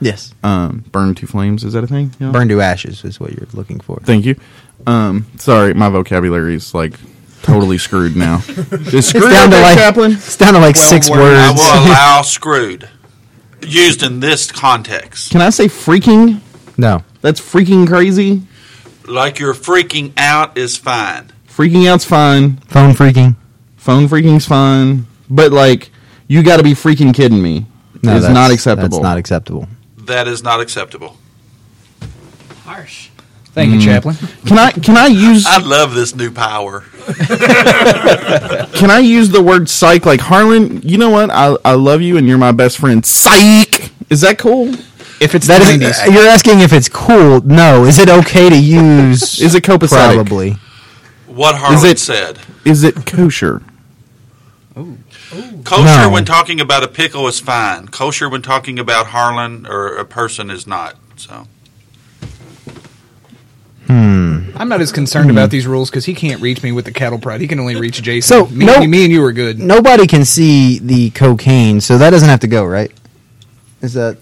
Speaker 1: yes,
Speaker 4: Um, burned to flames is that a thing? Yeah.
Speaker 1: burn to ashes is what you're looking for.
Speaker 4: Thank you. Um, sorry, my vocabulary is like totally screwed now. Just screwed
Speaker 1: down to
Speaker 4: up there,
Speaker 1: like-
Speaker 4: Chaplin.
Speaker 1: It's down to like six
Speaker 5: words.
Speaker 6: I
Speaker 1: words.
Speaker 6: will allow screwed. Used in this context.
Speaker 4: Can I say freaking?
Speaker 1: No,
Speaker 4: That's freaking crazy.
Speaker 6: Like you're freaking out is fine.
Speaker 4: Freaking out's fine.
Speaker 1: phone freaking.
Speaker 4: Phone freaking's fine, but like you got to be freaking kidding me.
Speaker 1: No,
Speaker 4: it's
Speaker 1: that's-
Speaker 4: not acceptable.
Speaker 1: That's not acceptable.
Speaker 6: That is not acceptable.
Speaker 7: Harsh.
Speaker 5: Thank
Speaker 1: Mm.
Speaker 5: you, Chaplain.
Speaker 4: can I can I use
Speaker 6: I love this new power.
Speaker 4: can I use the word psych like Harlan? You know what? I I love you and you're my best friend. Psych. Is that cool? uh,
Speaker 5: If it's
Speaker 1: That
Speaker 5: the
Speaker 1: is,
Speaker 5: 90s,
Speaker 1: you're asking if it's cool. No, is it okay to use?
Speaker 4: Is it copacetic?
Speaker 1: probably?
Speaker 6: What Harlan
Speaker 4: it-
Speaker 6: said.
Speaker 4: Is it kosher?
Speaker 6: Kosher
Speaker 1: No.
Speaker 6: when talking about a pickle is fine. Kosher when talking about Harlan or a person is not. So
Speaker 5: I'm not as concerned about these rules because he can't reach me with the cattle prod. He can only reach Jason.
Speaker 1: Mm. So,
Speaker 5: me,
Speaker 1: no-
Speaker 5: me and you are good.
Speaker 1: Nobody can see the cocaine, so that doesn't have to go, right? Is that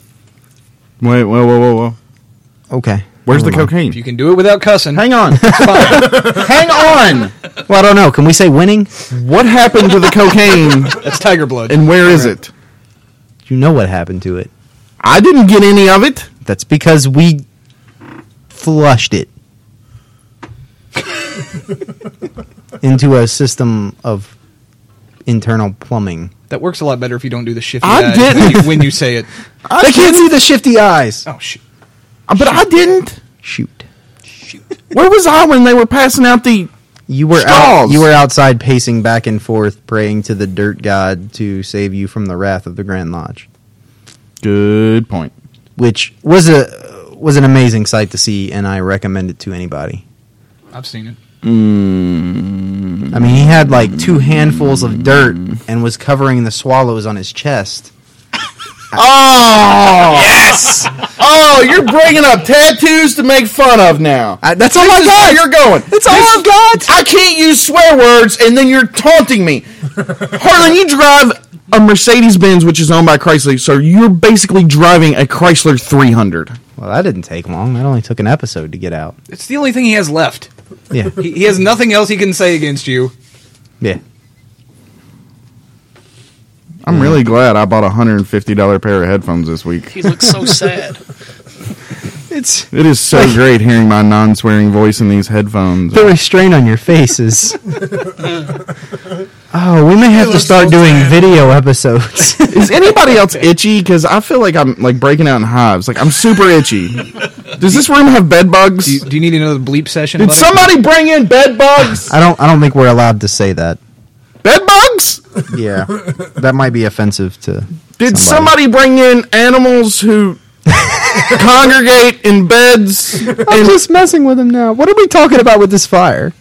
Speaker 4: Wait, whoa, whoa, whoa, whoa.
Speaker 1: okay?
Speaker 4: Where's the
Speaker 1: Never mind.
Speaker 5: If
Speaker 4: cocaine?
Speaker 5: you can do it without cussing,
Speaker 4: Hang on. Hang on.
Speaker 1: Well, I don't know. Can we say winning?
Speaker 4: What happened to the cocaine
Speaker 5: that's tiger blood.
Speaker 4: and where is it?
Speaker 1: You know what happened to it.
Speaker 4: I didn't get any of it.
Speaker 1: That's because we flushed it into a system of internal plumbing.
Speaker 5: that works a lot better if you don't do the shift.
Speaker 4: I
Speaker 5: eyes
Speaker 4: didn't.
Speaker 5: when you, when you say it.
Speaker 1: I can't see the shifty eyes.
Speaker 5: Oh shit!
Speaker 4: But I didn't.
Speaker 1: Shoot.
Speaker 4: Where was I when they were passing out the
Speaker 1: You were out,
Speaker 4: Straws.
Speaker 1: you were outside pacing back and forth, praying to the dirt god to save you from the wrath of the Grand Lodge,
Speaker 4: Good point.
Speaker 1: which was a was an amazing sight to see, and I recommend it to anybody.
Speaker 5: I've seen it.
Speaker 4: Mm.
Speaker 1: I mean, he had like two handfuls of dirt and was covering the swallows on his chest.
Speaker 4: Oh yes! Oh, you're bringing up tattoos to make fun of now.
Speaker 1: I, that's all I
Speaker 4: That's where
Speaker 1: got.
Speaker 4: you're going.
Speaker 1: That's all I've got.
Speaker 4: I can't use swear words, and then you're taunting me. Harlan, you drive a Mercedes Benz, which is owned by Chrysler, so you're basically driving a Chrysler 300.
Speaker 1: Well, that didn't take long. That only took an episode to get out.
Speaker 5: It's the only thing he has left.
Speaker 1: Yeah,
Speaker 5: He, he has nothing else he can say against you.
Speaker 1: yeah.
Speaker 4: I'm really glad I bought a hundred and fifty dollar pair of headphones this week.
Speaker 7: He looks so sad.
Speaker 1: It's
Speaker 4: It is so great hearing my non swearing voice in these headphones.
Speaker 1: the restraint on your faces. oh, we may have to
Speaker 2: looks
Speaker 1: start
Speaker 2: so
Speaker 1: doing
Speaker 2: sad.
Speaker 1: video episodes.
Speaker 4: Is anybody else itchy? Because I feel like I'm like breaking out in hives. Like I'm super itchy. Does this room have bed bugs?
Speaker 5: Do you, do you need another bleep session?
Speaker 4: Did
Speaker 5: bud?
Speaker 4: somebody bring in bed bugs?
Speaker 1: I don't. I don't think we're allowed to say that.
Speaker 4: bed bugs?
Speaker 1: Yeah, that might be offensive to.
Speaker 4: Did
Speaker 1: Somebody.
Speaker 4: somebody bring in animals who congregate in beds?
Speaker 1: I'm just messing with him now. What are we talking about with this fire?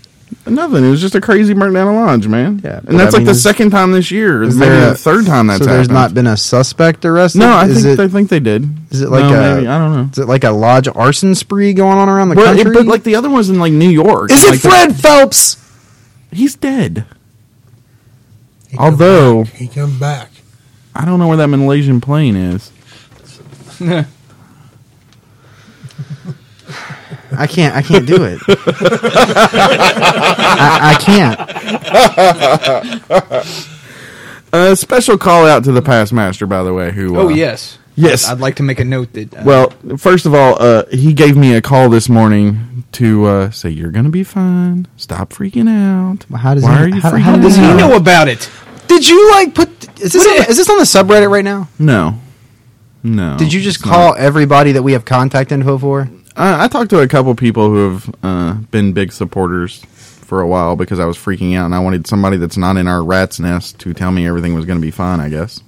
Speaker 4: Nothing. It was just a crazy burnt down lodge, man.
Speaker 1: Yeah, but
Speaker 4: and that's
Speaker 1: I
Speaker 4: like
Speaker 1: mean,
Speaker 4: the
Speaker 1: is-
Speaker 4: second time this year. Is maybe the third time that's
Speaker 1: so there's not
Speaker 4: happened.
Speaker 1: been a suspect arrested.
Speaker 4: no, I
Speaker 1: is
Speaker 4: think
Speaker 1: it,
Speaker 4: they think they did.
Speaker 1: is it like
Speaker 4: No,
Speaker 1: a-
Speaker 4: maybe. I don't know.
Speaker 1: is it like a lodge arson spree going on around the
Speaker 4: Well, it-
Speaker 1: country?
Speaker 4: but like the other one's in like New York.
Speaker 1: is it
Speaker 4: Like,
Speaker 1: Fred Phelps?
Speaker 4: He's dead.
Speaker 2: He come
Speaker 4: Although
Speaker 2: back. he come back,
Speaker 4: I don't know where that Malaysian plane is.
Speaker 1: I can't. I can't do it. I, I can't.
Speaker 4: A special call out to the past master, by the way. Who?
Speaker 5: Oh
Speaker 4: uh,
Speaker 5: yes,
Speaker 4: yes.
Speaker 5: I'd like to make a note that. Uh,
Speaker 4: Well, first of all, uh, he gave me a call this morning to uh, say you're gonna be fine. Stop freaking out.
Speaker 1: Well, how does
Speaker 4: Why
Speaker 1: he-
Speaker 4: are you
Speaker 1: how-
Speaker 4: freaking
Speaker 1: how
Speaker 4: out?
Speaker 1: does
Speaker 5: does he know about it?
Speaker 1: Did you like put? Is this on, is this on the subreddit right now?
Speaker 4: No, no.
Speaker 1: Did you just
Speaker 4: it's not.
Speaker 1: call everybody that we have contact info for?
Speaker 4: I, I talked to a couple people who have uh, been big supporters for a while because I was freaking out and I wanted somebody that's not in our rat's nest to tell me everything was gonna be fine. I guess.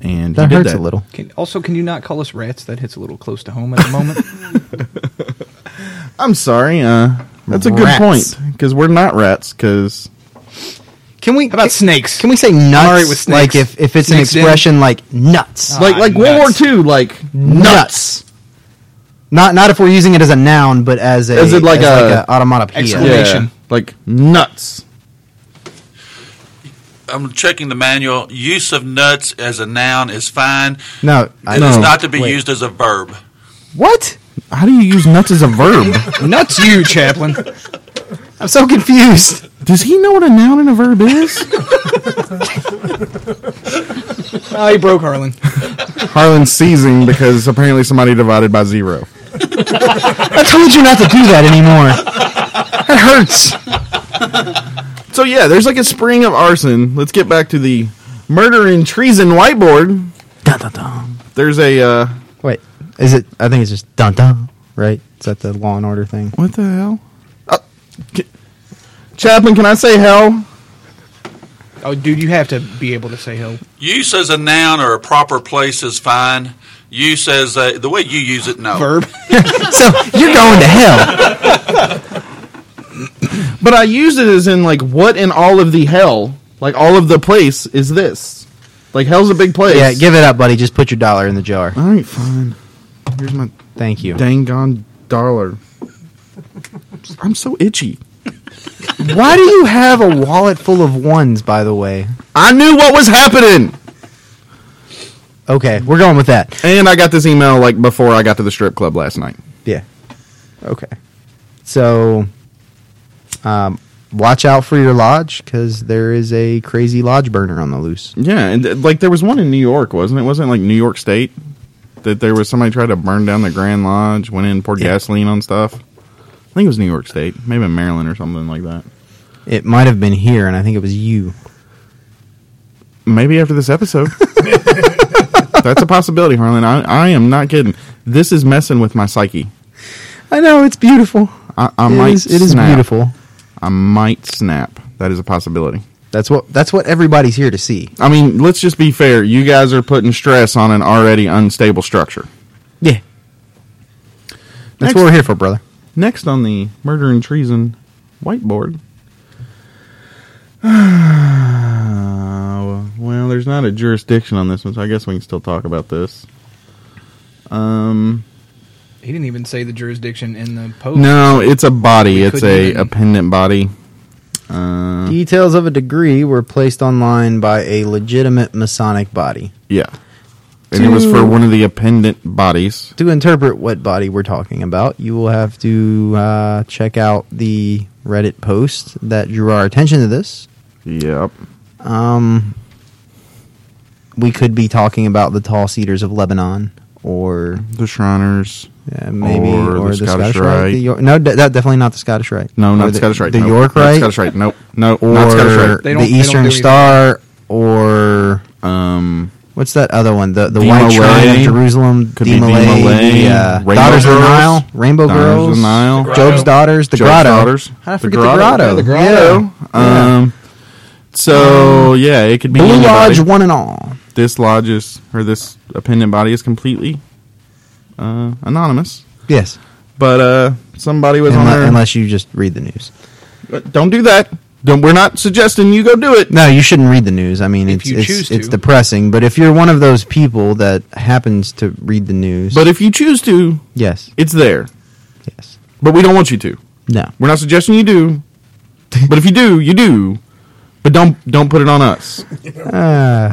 Speaker 4: And
Speaker 1: That
Speaker 4: he did
Speaker 1: hurts
Speaker 4: that.
Speaker 1: a little.
Speaker 5: Can, also, can you not call us rats? That hits a little close to home at the moment.
Speaker 4: I'm sorry. Uh, that's a good
Speaker 1: Rats.
Speaker 4: point because we're not rats. Because
Speaker 1: Can we
Speaker 5: How about snakes?
Speaker 1: Can we say nuts?
Speaker 5: alright with
Speaker 1: Like
Speaker 5: snakes.
Speaker 1: if, if it's an
Speaker 5: Snakes in.
Speaker 1: expression like nuts.
Speaker 5: Ah,
Speaker 4: like like World
Speaker 5: nuts.
Speaker 4: War II, like
Speaker 1: nuts. Not not if we're using it as a noun, but as a
Speaker 4: As in like a-
Speaker 1: a automatopoeia.
Speaker 5: Exclamation. Nation.
Speaker 4: like nuts.
Speaker 6: I'm checking the manual. Use of nuts as a noun is fine.
Speaker 1: No,
Speaker 6: It is
Speaker 4: know.
Speaker 6: not to be
Speaker 1: Wait.
Speaker 6: used as a verb.
Speaker 1: what?
Speaker 4: How do you use nuts as a verb?
Speaker 5: Nuts, you Chaplin.
Speaker 1: I'm so confused.
Speaker 4: Does he know what a noun and a verb is?
Speaker 5: Oh, he broke Harlan.
Speaker 4: Harlan's seizing because apparently somebody divided by zero.
Speaker 1: I told you not to do that anymore.
Speaker 4: That hurts. so yeah, there's like a spring of arson. Let's get back to the murder and treason whiteboard.
Speaker 1: Dun, dun, dun.
Speaker 4: There's a uh,
Speaker 1: Wait, is it? I think it's just dun dun. Right? Is that the Law and Order thing?
Speaker 4: what the hell? Uh, ca- Chaplain, can I say hell?
Speaker 5: Oh, dude, you have to be able to say help.
Speaker 6: Use as a noun or a proper place is fine. Use as a, the way you use it, no.
Speaker 5: Verb.
Speaker 1: so you're going to hell.
Speaker 4: But I used it as in like what in all of the hell, like all of the place is this? Like hell's a big place.
Speaker 1: Yeah, give it up, buddy. Just put your dollar in the jar.
Speaker 4: All right, fine. Here's my
Speaker 1: Thank you.
Speaker 4: dang gone dollar. I'm so itchy.
Speaker 1: Why do you have a wallet full of ones? By the way.
Speaker 4: I knew what was happening,
Speaker 1: Okay, we're going with that.
Speaker 4: and I got this email like before I got to the strip club last night.
Speaker 1: Yeah. Okay. So, um, watch out for your lodge because there is a crazy lodge burner on the loose.
Speaker 4: Yeah, and uh, like there was one in New York, wasn't it? Wasn't it, like New York State that there was somebody tried to burn down the Grand Lodge, went in, poured gasoline on stuff. I think it was New York State, maybe Maryland or something like that.
Speaker 1: It might have been here, and I think it was you.
Speaker 4: Maybe after this episode. That's a possibility, Harlan. I, I am not kidding. This is messing with my psyche.
Speaker 1: I know it's beautiful.
Speaker 4: I, I
Speaker 1: It
Speaker 4: might.
Speaker 1: is, it is
Speaker 4: snap.
Speaker 1: beautiful.
Speaker 4: I might snap. That is a possibility.
Speaker 1: That's what that's what everybody's here to see.
Speaker 4: I mean, let's just be fair. You guys are putting stress on an already unstable structure.
Speaker 1: Yeah. That's
Speaker 4: Next-
Speaker 1: what we're here for, brother.
Speaker 4: Next on the murder and treason whiteboard. Uh, well, there's not a jurisdiction on this one, so I guess we can still talk about this. Um,
Speaker 5: He didn't even say the jurisdiction in the post.
Speaker 4: No, it's a body. it's
Speaker 5: couldn't
Speaker 4: a,
Speaker 5: even-
Speaker 4: a pendant body.
Speaker 1: Hmm.
Speaker 4: Uh,
Speaker 1: Details of a degree were placed online by a legitimate Masonic body.
Speaker 4: yeah. And it was for one of the appendant bodies.
Speaker 1: to interpret what body we're talking about, you will have to uh, check out the Reddit post that drew our attention to this.
Speaker 4: Yep.
Speaker 1: Um, we could be talking about the tall cedars of Lebanon or
Speaker 4: The Shriners.
Speaker 1: uh, maybe
Speaker 4: Or
Speaker 1: or,
Speaker 4: the
Speaker 1: the
Speaker 4: Scottish
Speaker 1: Scottish, Rite.
Speaker 4: Rite.
Speaker 1: The York, no, de- that definitely not the Scottish Rite.
Speaker 4: No,
Speaker 1: Or
Speaker 4: not
Speaker 1: the,
Speaker 4: Scottish Rite.
Speaker 1: The
Speaker 4: Nope.
Speaker 1: York
Speaker 4: Not
Speaker 1: Rite
Speaker 4: Scottish Rite. Nope. No,
Speaker 1: or
Speaker 4: not Scottish
Speaker 1: the
Speaker 4: Rite.
Speaker 5: They don't- they don't do
Speaker 1: Eastern
Speaker 5: anything.
Speaker 1: Star or
Speaker 4: Um,
Speaker 1: what's that other one? The the
Speaker 4: Dima
Speaker 1: White Shrine
Speaker 4: Lay.
Speaker 1: of Jerusalem.
Speaker 4: Could be
Speaker 1: Dima
Speaker 4: Dima
Speaker 1: Lay,
Speaker 4: Lay,
Speaker 1: the, uh,
Speaker 4: Rainbow
Speaker 1: Daughters of the
Speaker 4: Girls,
Speaker 1: Nile, Rainbow
Speaker 4: Daughters of
Speaker 1: Girls,
Speaker 4: the Nile,
Speaker 1: Job's Daughters, the
Speaker 4: Joe's
Speaker 1: Grotto.
Speaker 4: Daughters,
Speaker 1: How did I
Speaker 4: the
Speaker 1: forget
Speaker 4: Grotto.
Speaker 1: the Grotto? Yeah, Um,
Speaker 4: Um, so yeah, it could be
Speaker 1: Blue
Speaker 4: anybody.
Speaker 1: Lodge, one and all.
Speaker 4: This lodge is, or this appendant body is completely uh, anonymous.
Speaker 1: Yes,
Speaker 4: But uh, somebody was on
Speaker 1: unless,
Speaker 4: there.
Speaker 1: unless you just read the news.
Speaker 4: Don't do that. Don't, we're not suggesting you go do it.
Speaker 1: No, you shouldn't read the news. I mean, it's
Speaker 5: you
Speaker 1: it's,
Speaker 5: choose
Speaker 1: it's
Speaker 5: to.
Speaker 1: depressing. But if you're one of those people that happens to read the news,
Speaker 4: But if you choose to,
Speaker 1: yes,
Speaker 4: it's there.
Speaker 1: yes,
Speaker 4: But we don't want you to.
Speaker 1: no,
Speaker 4: We're not suggesting you do. But if you do, you do. But don't don't put it on us
Speaker 1: uh,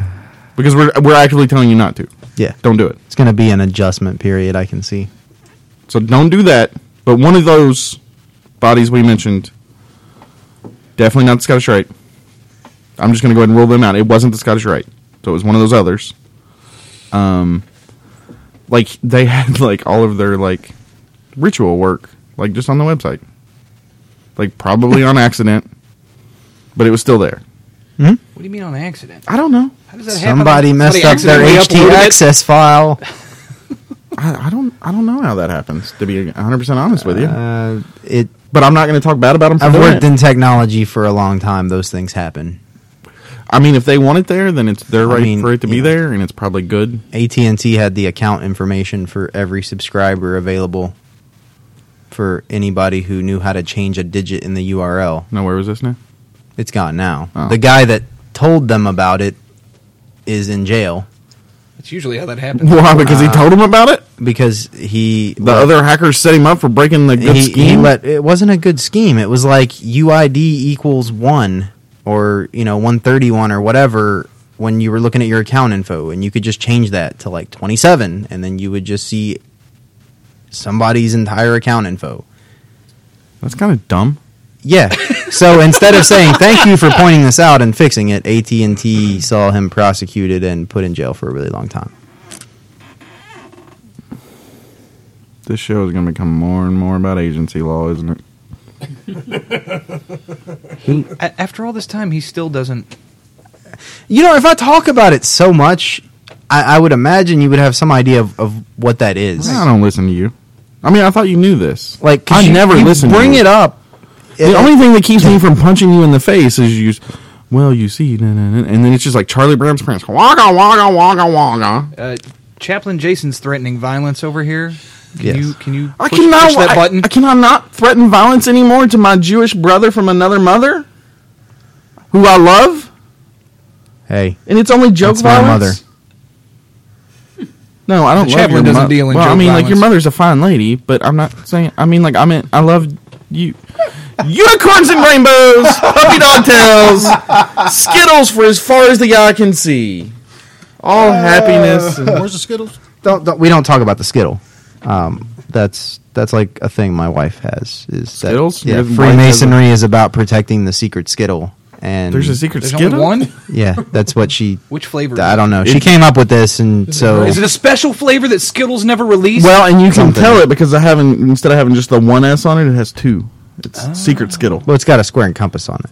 Speaker 4: because we're we're actively telling you not to.
Speaker 1: yeah,
Speaker 4: Don't do it.
Speaker 1: It's going to be an adjustment period. I can see.
Speaker 4: So don't do that. But one of those bodies we mentioned, definitely not the Scottish Rite. I'm just going to go ahead and rule them out. It wasn't the Scottish Rite, so it was one of those others. Um, like they had like all of their like ritual work like just on the website, like probably on accident, but it was still there.
Speaker 5: What do you mean on accident?
Speaker 4: I don't know.
Speaker 5: How does that happen?
Speaker 1: Somebody messed up their
Speaker 5: accidentally
Speaker 1: HT
Speaker 5: uploaded it?
Speaker 1: access file.
Speaker 4: I, I don't. I don't know how that happens. To be 100 percent honest with you,
Speaker 1: Uh, it.
Speaker 4: but I'm not going to talk bad about them. For
Speaker 1: I've
Speaker 4: doing
Speaker 1: worked
Speaker 4: it.
Speaker 1: in technology for a long time. Those things happen.
Speaker 4: I mean, if they want it there, then it's their
Speaker 1: I
Speaker 4: right
Speaker 1: mean,
Speaker 4: for it to be
Speaker 1: yeah.
Speaker 4: there, and it's probably good.
Speaker 1: AT and T had the account information for every subscriber available for anybody who knew how to change a digit in the URL.
Speaker 4: No, where was this now?
Speaker 1: It's gone now.
Speaker 4: Oh.
Speaker 1: The guy that told them about it is in jail
Speaker 5: That's usually how that happens.
Speaker 4: Why? Because he told him about it.
Speaker 1: because he
Speaker 4: The other hackers set him up for breaking the good
Speaker 1: he,
Speaker 4: scheme.
Speaker 1: he let it wasn't a good scheme. It was like UID equals one or you know one thirty one or whatever when you were looking at your account info, and you could just change that to like twenty seven, and then you would just see somebody's entire account info.
Speaker 4: That's kind of dumb.
Speaker 1: Yeah. So instead of saying thank you for pointing this out and fixing it, AT and T saw him prosecuted and put in jail for a really long time.
Speaker 4: This show is going to become more and more about agency law, isn't it?
Speaker 5: A- after all this time, he still doesn't.
Speaker 1: You know, if I talk about it so much, I, I would imagine you would have some idea of, of what that is.
Speaker 4: I don't listen to you. I mean, I thought you knew this.
Speaker 1: Like 'cause
Speaker 4: I
Speaker 1: you-
Speaker 4: never
Speaker 1: you
Speaker 4: listen.
Speaker 1: Bring
Speaker 4: to you.
Speaker 1: it up.
Speaker 4: The only thing that keeps me from punching you in the face is you. s- Well, you see, na, na, na," and then it's just like Charlie Brown's parents. Wagga wagga wagga wagga.
Speaker 5: Uh, Chaplain Jason's threatening violence over here. Can
Speaker 1: Yes.
Speaker 5: you can you
Speaker 4: I
Speaker 5: push,
Speaker 4: cannot.
Speaker 5: push that
Speaker 4: I-
Speaker 5: button?
Speaker 4: I cannot not threaten violence anymore to my Jewish brother from another mother, who I love.
Speaker 1: Hey,
Speaker 4: And it's only joke
Speaker 1: That's my
Speaker 4: violence. No, I don't.
Speaker 5: The
Speaker 4: love
Speaker 5: chaplain
Speaker 4: your
Speaker 5: doesn't
Speaker 4: mo-
Speaker 5: deal in
Speaker 4: Well, I
Speaker 5: joke
Speaker 4: mean, like your
Speaker 5: violence.
Speaker 4: mother's a fine lady, but I'm not saying. I mean, like I mean, I love you. Unicorns and rainbows, puppy dog tails, Skittles for as far as the eye can see. All happiness. and-
Speaker 2: Where's the Skittles?
Speaker 1: don't, don't we don't talk about the skittle. Um, that's that's like a thing my wife has. Is that,
Speaker 4: Skittles?
Speaker 1: Yeah,
Speaker 4: Your wife
Speaker 1: Freemasonry is about protecting the secret skittle, and
Speaker 4: There's a secret
Speaker 5: There's
Speaker 4: Skittle.
Speaker 5: only one.
Speaker 1: yeah, that's what she.
Speaker 5: Which flavor?
Speaker 1: I don't know. She came up with this, and so
Speaker 5: Is it a special flavor that Skittles never released?
Speaker 4: Well, and you can
Speaker 1: Something.
Speaker 4: tell it because I haven't. Instead of having just the one S on it, it has two. It's secret Skittle
Speaker 1: well, it's got a square and compass on it.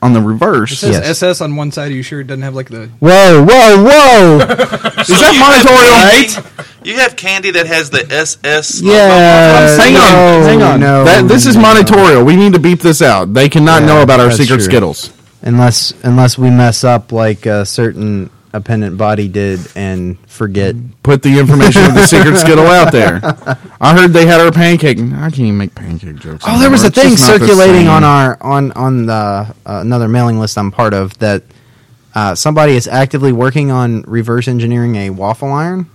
Speaker 4: on the reverse.
Speaker 5: it says
Speaker 1: yes.
Speaker 5: SS on one side. Are you sure it doesn't have like the?
Speaker 1: Whoa, whoa, whoa!
Speaker 4: Is that mine right?
Speaker 6: You have candy that has the SS. logo.
Speaker 1: yeah,
Speaker 4: Hang on,
Speaker 1: no,
Speaker 4: hang on.
Speaker 1: No,
Speaker 4: that, this is
Speaker 1: no.
Speaker 4: monitorial. We need to beep this out. They cannot
Speaker 1: Yeah,
Speaker 4: know about our
Speaker 1: that's
Speaker 4: secret
Speaker 1: true.
Speaker 4: skittles.
Speaker 1: unless unless we mess up like a certain appendant body did and forget.
Speaker 4: Put the information of the secret skittle out there. I heard they had our pancake. I can't even make pancake jokes.
Speaker 1: Oh, there was a
Speaker 4: anymore.
Speaker 1: thing
Speaker 4: It's just not the
Speaker 1: circulating
Speaker 4: same.
Speaker 1: on our on on the uh, another mailing list I'm part of that uh, somebody is actively working on reverse engineering a waffle iron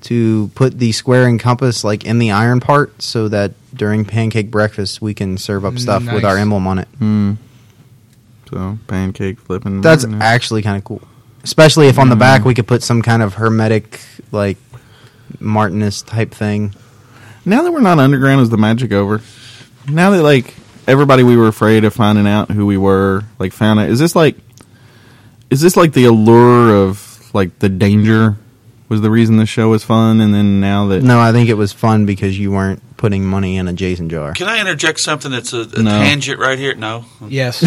Speaker 1: to put the square and compass like in the iron part so that during pancake breakfast we can serve up stuff with our
Speaker 5: Nice.
Speaker 1: emblem on it.
Speaker 4: So pancake flipping.
Speaker 1: That's
Speaker 4: right now.
Speaker 1: actually kind of cool. Especially if on the back we could put some kind of hermetic like Martinus type thing.
Speaker 4: now that we're not underground. Is the magic over? Now that like everybody we were afraid of finding out who we were, like found out. Is this like? Is this like the allure of stuff. Like the danger was the reason the show was fun, and then now that
Speaker 1: No, I think it was fun because you weren't putting money in a Jason jar.
Speaker 6: Can I interject something that's a, a
Speaker 4: No.
Speaker 6: tangent right here? No.
Speaker 5: Yes.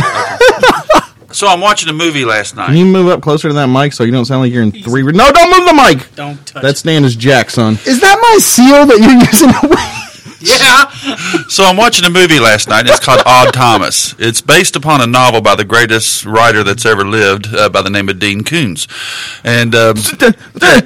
Speaker 6: So I'm watching a movie last
Speaker 4: can
Speaker 6: night.
Speaker 4: you move up closer to that mic so you don't sound like you're in three? Re- no, don't move the mic.
Speaker 7: Don't touch
Speaker 4: That's Nana's jack, son.
Speaker 1: Is that my seal that you're using?
Speaker 7: Yeah.
Speaker 6: So I'm watching a movie last night. It's called Odd Thomas. It's based upon a novel by the greatest writer that's ever lived, uh, by the name of Dean Koontz. And um,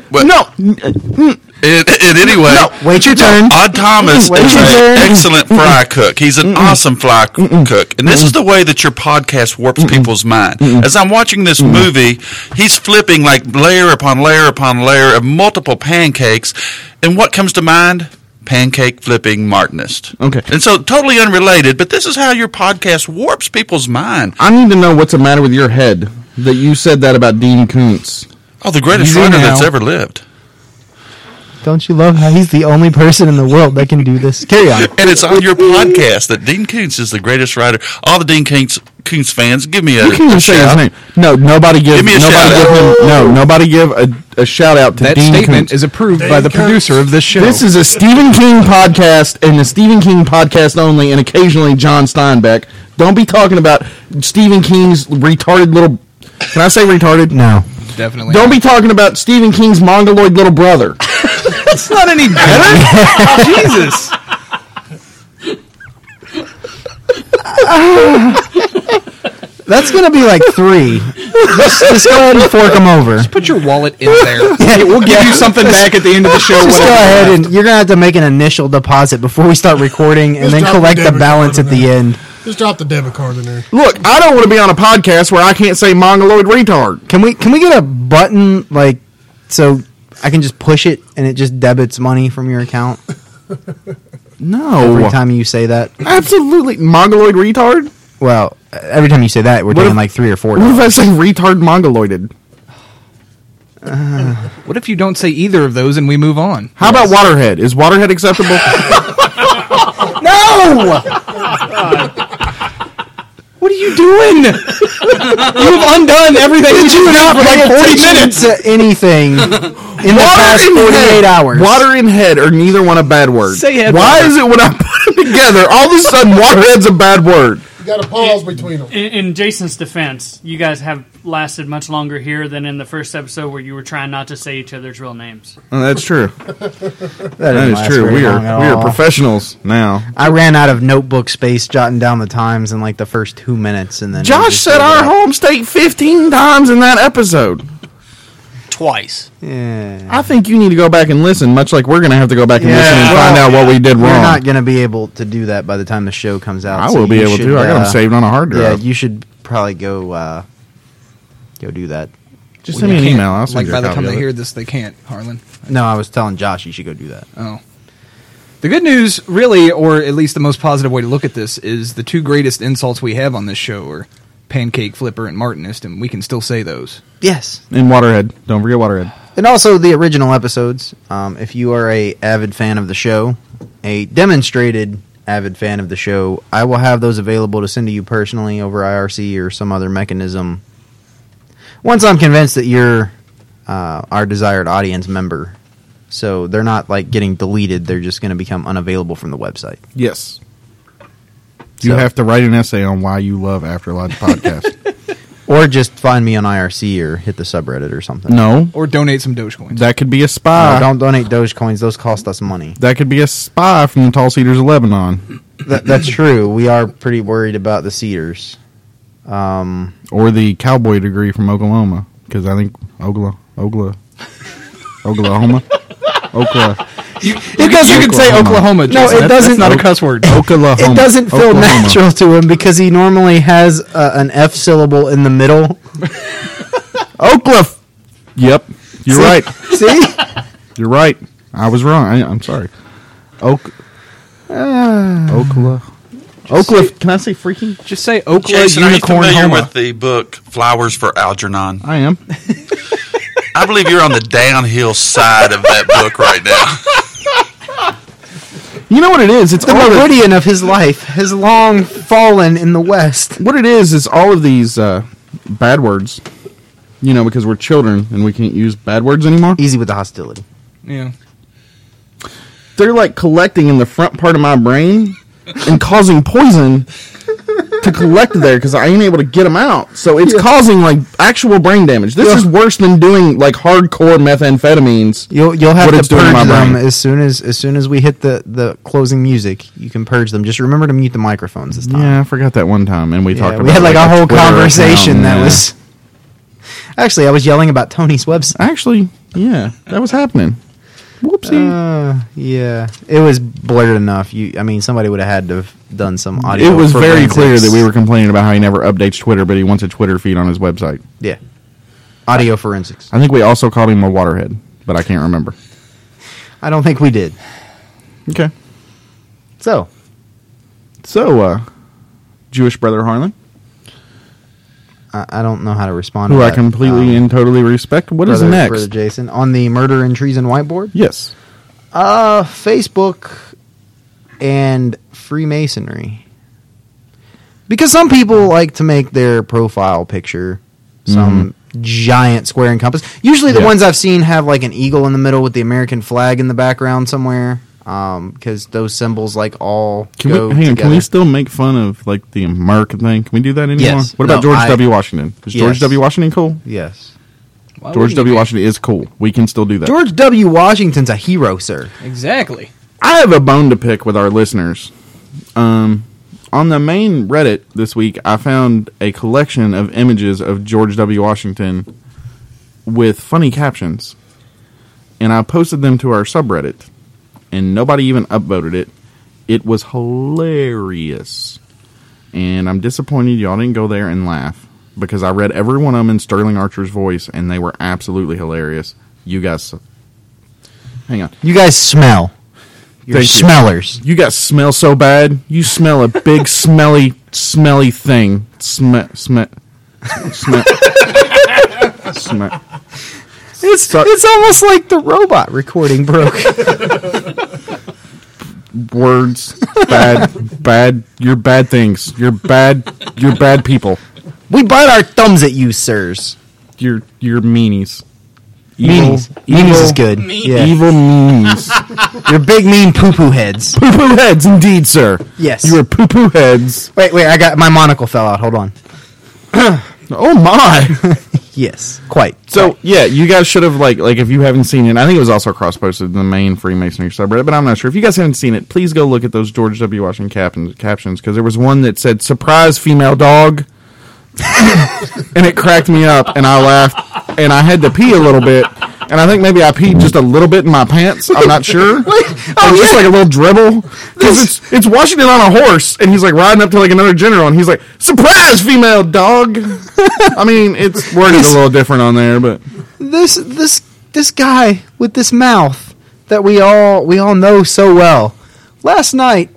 Speaker 6: What?
Speaker 4: No,
Speaker 6: it, it, anyway,
Speaker 1: Wait your turn.
Speaker 6: Odd Thomas
Speaker 1: Wait
Speaker 6: is
Speaker 1: your
Speaker 6: an
Speaker 1: turn.
Speaker 6: excellent fry cook. He's an awesome fry c- cook. And this is the way that your podcast warps people's mind. As I'm watching this movie, he's flipping like layer upon layer upon layer of multiple pancakes. And what comes to mind? Pancake flipping Martinist.
Speaker 4: Okay.
Speaker 6: And so totally unrelated, but this is how your podcast warps people's mind.
Speaker 4: I need to know what's the matter with your head that you said that about Dean Koontz.
Speaker 6: Oh, the greatest
Speaker 4: You
Speaker 6: writer
Speaker 4: now-
Speaker 6: that's ever lived.
Speaker 1: Don't you love how he's the only person in the world that can do this? Carry on.
Speaker 6: And it's on your podcast that Dean Koontz is the greatest writer. All the Dean Koontz, Koontz fans, give me a,
Speaker 4: You can
Speaker 6: a
Speaker 4: even say his
Speaker 6: shout.
Speaker 4: name. No, nobody give.
Speaker 6: Give me a
Speaker 4: nobody
Speaker 6: shout
Speaker 4: give him. No, nobody give a, a shout out to
Speaker 5: that
Speaker 4: Dean
Speaker 5: statement
Speaker 4: Koontz.
Speaker 5: is approved by the
Speaker 2: Dean Koontz.
Speaker 5: producer of this show.
Speaker 4: This is a Stephen King podcast and a Stephen King podcast only, and occasionally John Steinbeck. Don't be talking about Stephen King's retarded little. Can I say retarded?
Speaker 1: No.
Speaker 5: definitely.
Speaker 4: Don't be talking about Stephen King's mongoloid little brother.
Speaker 5: That's not any better. Jesus.
Speaker 1: That's going to be like three. just, just go ahead and fork them over.
Speaker 5: Put your wallet in there.
Speaker 1: we'll
Speaker 5: Give you something back at the end of the show.
Speaker 1: Just go
Speaker 5: whatever.
Speaker 1: ahead and you're going to have to make an initial deposit before we start recording and
Speaker 2: Just
Speaker 1: then
Speaker 2: drop
Speaker 1: collect
Speaker 2: your
Speaker 1: the
Speaker 2: debit
Speaker 1: balance at
Speaker 2: card in
Speaker 1: the
Speaker 2: there.
Speaker 1: end.
Speaker 2: Just drop the debit card in there.
Speaker 4: Look, I don't want to be on a podcast where I can't say mongoloid retard.
Speaker 1: Can we can we get a button like so I can just push it and it just debits money from your account
Speaker 4: No,
Speaker 1: every time you say that?
Speaker 4: absolutely mongoloid retard.
Speaker 1: Well, every time you say that, we're
Speaker 4: What
Speaker 1: doing
Speaker 4: if-
Speaker 1: like three or four.
Speaker 4: What if I
Speaker 1: dollars.
Speaker 4: say retard mongoloided?
Speaker 5: What if you don't say either of those and we move on?
Speaker 4: How about Waterhead? Is Waterhead acceptable?
Speaker 5: What are you doing? You've undone everything that you were
Speaker 1: Pay
Speaker 5: for like 40
Speaker 1: attention
Speaker 5: minutes.
Speaker 1: to anything in the past
Speaker 4: and
Speaker 1: 48
Speaker 4: head.
Speaker 1: hours.
Speaker 4: Water and head are neither one a bad word.
Speaker 5: Say head
Speaker 4: Why
Speaker 5: water.
Speaker 4: is it when I put them together, all of a sudden waterhead's a bad word?
Speaker 2: You got to pause between them.
Speaker 7: In, in Jason's defense, you guys have lasted much longer here than in the first episode where you were trying not to say each other's real names.
Speaker 4: Oh, that's true.
Speaker 1: didn't
Speaker 4: That is
Speaker 1: last
Speaker 4: true.
Speaker 1: very
Speaker 4: We are
Speaker 1: long at
Speaker 4: we are
Speaker 1: all.
Speaker 4: professionals now.
Speaker 1: I ran out of notebook space jotting down the times in like the first two minutes, and then it
Speaker 4: Josh
Speaker 1: just
Speaker 4: said
Speaker 1: ended
Speaker 4: our
Speaker 1: up-
Speaker 4: home state fifteen times in that episode.
Speaker 9: Twice.
Speaker 1: Yeah.
Speaker 4: I think you need to go back and listen, much like we're gonna have to go back and
Speaker 1: Yeah.
Speaker 4: listen and
Speaker 1: Well,
Speaker 4: find out what we did
Speaker 1: We're
Speaker 4: wrong.
Speaker 1: not gonna be able to do that by the time the show comes out.
Speaker 4: I
Speaker 1: so
Speaker 4: will be
Speaker 1: you
Speaker 4: able
Speaker 1: should,
Speaker 4: to. I got them
Speaker 1: uh,
Speaker 4: saved on a hard
Speaker 1: Yeah,
Speaker 4: drive.
Speaker 1: you should probably go uh, go do that.
Speaker 4: Just send me an
Speaker 5: Can't-
Speaker 4: email. I'll send
Speaker 5: like
Speaker 4: you a
Speaker 5: by the
Speaker 4: copy
Speaker 5: time
Speaker 4: of
Speaker 5: they
Speaker 4: it.
Speaker 5: hear this, they can't. Harlan.
Speaker 1: No, I was telling Josh you should go do that.
Speaker 5: Oh. The good news, really, or at least the most positive way to look at this, is the two greatest insults we have on this show are pancake flipper and martinist, and we can still say those.
Speaker 1: Yes.
Speaker 4: And Waterhead. Don't forget Waterhead.
Speaker 1: And also the original episodes. Um, if you are a avid fan of the show, a demonstrated avid fan of the show, I will have those available to send to you personally over IRC or some other mechanism. Once I'm convinced that you're uh, our desired audience member, so they're not like getting deleted; they're just going to become unavailable from the website.
Speaker 4: Yes. You
Speaker 1: So-
Speaker 4: have to write an essay on why you love After Lodge podcast.
Speaker 1: Or just find me on IRC or hit the subreddit or something.
Speaker 4: no,
Speaker 5: Or donate some Dogecoin.
Speaker 4: that could be a
Speaker 1: No,
Speaker 4: spy.
Speaker 1: don't donate Dogecoins; those cost us money.
Speaker 4: That could be a spy from the Tall Cedars of Lebanon,
Speaker 1: Th- that's true. We are pretty worried about the Cedars. Um,
Speaker 4: or the cowboy degree from Oklahoma, because I think Ogla, Ogla, Oklahoma, Oklahoma,
Speaker 5: It does. You can say
Speaker 4: Oklahoma.
Speaker 5: Oklahoma.
Speaker 1: No, it
Speaker 5: Jason. That-
Speaker 1: doesn't-
Speaker 5: That's not a cuss word.
Speaker 4: Oklahoma.
Speaker 1: it doesn't feel
Speaker 4: Oklahoma.
Speaker 1: natural to him because he normally has uh, an F syllable in the middle.
Speaker 4: Oklahoma. Yep, you're
Speaker 1: See?
Speaker 4: right.
Speaker 1: See,
Speaker 4: You're right. I was wrong. I, I'm sorry. Oak. Oklahoma. Oklahoma. Ah. Can I say freaking?
Speaker 5: Just say Oklahoma
Speaker 6: Jason, are you
Speaker 5: unicorn
Speaker 6: familiar
Speaker 5: Homa.
Speaker 6: with the book Flowers for Algernon?
Speaker 4: I am.
Speaker 6: I believe you're on the downhill side of that book right now.
Speaker 4: You know what it is? It's
Speaker 1: the
Speaker 4: all the-
Speaker 1: meridian of his life has long fallen in the west.
Speaker 4: what it is is all of these uh, bad words you know, because we're children and we can't use bad words anymore.
Speaker 1: Easy with the hostility.
Speaker 5: Yeah.
Speaker 4: They're like collecting in the front part of my brain and causing poison to collect there because I ain't able to get them out. So it's causing like actual brain damage. This is worse than doing like hardcore methamphetamines.
Speaker 1: You'll you'll have
Speaker 4: What it's
Speaker 1: to
Speaker 4: doing to
Speaker 1: purge
Speaker 4: my
Speaker 1: them
Speaker 4: brain.
Speaker 1: as soon as as soon as we hit the the closing music. You can purge them. Just remember to mute the microphones this time.
Speaker 4: Yeah, I forgot that one time, and we
Speaker 1: Yeah,
Speaker 4: talked.
Speaker 1: we
Speaker 4: about
Speaker 1: had
Speaker 4: it,
Speaker 1: like a whole
Speaker 4: Twitter
Speaker 1: conversation
Speaker 4: account,
Speaker 1: that
Speaker 4: yeah.
Speaker 1: was. Actually, I was yelling about Tony's website.
Speaker 4: actually, yeah, that was happening. Whoopsie.
Speaker 1: Uh, yeah, it was blurred enough. You, I mean, somebody would have had to have done some Uh, audio.
Speaker 4: it was very
Speaker 1: forensics.
Speaker 4: clear that we were complaining about how he never updates Twitter, but he wants a Twitter feed on his website.
Speaker 1: Yeah, audio forensics.
Speaker 4: I think we also called him a waterhead, but I can't remember.
Speaker 1: I don't think we did.
Speaker 4: Okay.
Speaker 1: So
Speaker 4: So, uh, Jewish brother Harlan,
Speaker 1: I, I don't know how to respond.
Speaker 4: who
Speaker 1: to
Speaker 4: I
Speaker 1: that.
Speaker 4: completely
Speaker 1: Um,
Speaker 4: and totally respect. What is
Speaker 1: brother,
Speaker 4: next?
Speaker 1: brother Jason on the murder and treason whiteboard.
Speaker 4: yes.
Speaker 1: Uh, Facebook and Freemasonry. Because some people like to make their profile picture some giant square and compass. Usually the
Speaker 4: Yeah.
Speaker 1: ones I've seen have like an eagle in the middle with the American flag in the background somewhere. Um, because those symbols like all
Speaker 4: Can
Speaker 1: go
Speaker 4: we hang on,
Speaker 1: together.
Speaker 4: Can we still make fun of like the American thing? Can we do that anymore?
Speaker 1: Yes.
Speaker 4: What about
Speaker 1: No,
Speaker 4: George
Speaker 1: I-
Speaker 4: W. Washington? Is George
Speaker 1: Yes.
Speaker 4: W. Washington cool?
Speaker 1: yes.
Speaker 5: Why
Speaker 4: George
Speaker 5: wouldn't
Speaker 4: W.
Speaker 5: you?
Speaker 4: Washington is cool. We can still do that.
Speaker 1: George W. Washington's a hero, sir.
Speaker 5: Exactly.
Speaker 4: I have a bone to pick with our listeners. Um, on the main Reddit this week, I found a collection of images of George W. Washington with funny captions, and I posted them to our subreddit, and nobody even upvoted it. It was hilarious, and I'm disappointed y'all didn't go there and laugh because I read every one of them in Sterling Archer's voice, and they were absolutely hilarious. You guys, hang on.
Speaker 1: You guys smell. You're
Speaker 4: Thank you.
Speaker 1: smellers.
Speaker 4: You guys smell so bad. You smell a big smelly smelly thing. Smell smell smell smell.
Speaker 1: It's it's almost like the robot recording broke.
Speaker 4: Words bad bad. You're bad things. You're bad. You're bad people.
Speaker 1: we bite our thumbs at you, sirs.
Speaker 4: You're you're meanies. Evil-
Speaker 1: Meanies. Meanies is
Speaker 4: evil-
Speaker 1: good. Yeah.
Speaker 4: Evil meanies.
Speaker 1: Your big mean poo poo heads.
Speaker 4: poo poo heads, indeed, sir.
Speaker 1: Yes.
Speaker 4: You are poo poo heads.
Speaker 1: Wait, wait, I got my monocle fell out. Hold on.
Speaker 4: Oh my.
Speaker 1: Yes. Quite.
Speaker 4: So yeah, you guys should have like like if you haven't seen it, I think it was also cross posted in the main Freemasonry subreddit, but I'm not sure. If you guys haven't seen it, please go look at those George W. Washington cap- captions because there was one that said "surprise female dog," and it cracked me up, and I laughed, and I had to pee a little bit, and I think maybe I peed just a little bit in my pants. I'm not sure. it was just like a little dribble because it's it's Washington on a horse, and he's like riding up to like another general, and he's like "surprise female dog." I mean, it's worded a little different on there, but.
Speaker 1: this this this guy with this mouth that we all we all know so well. Last night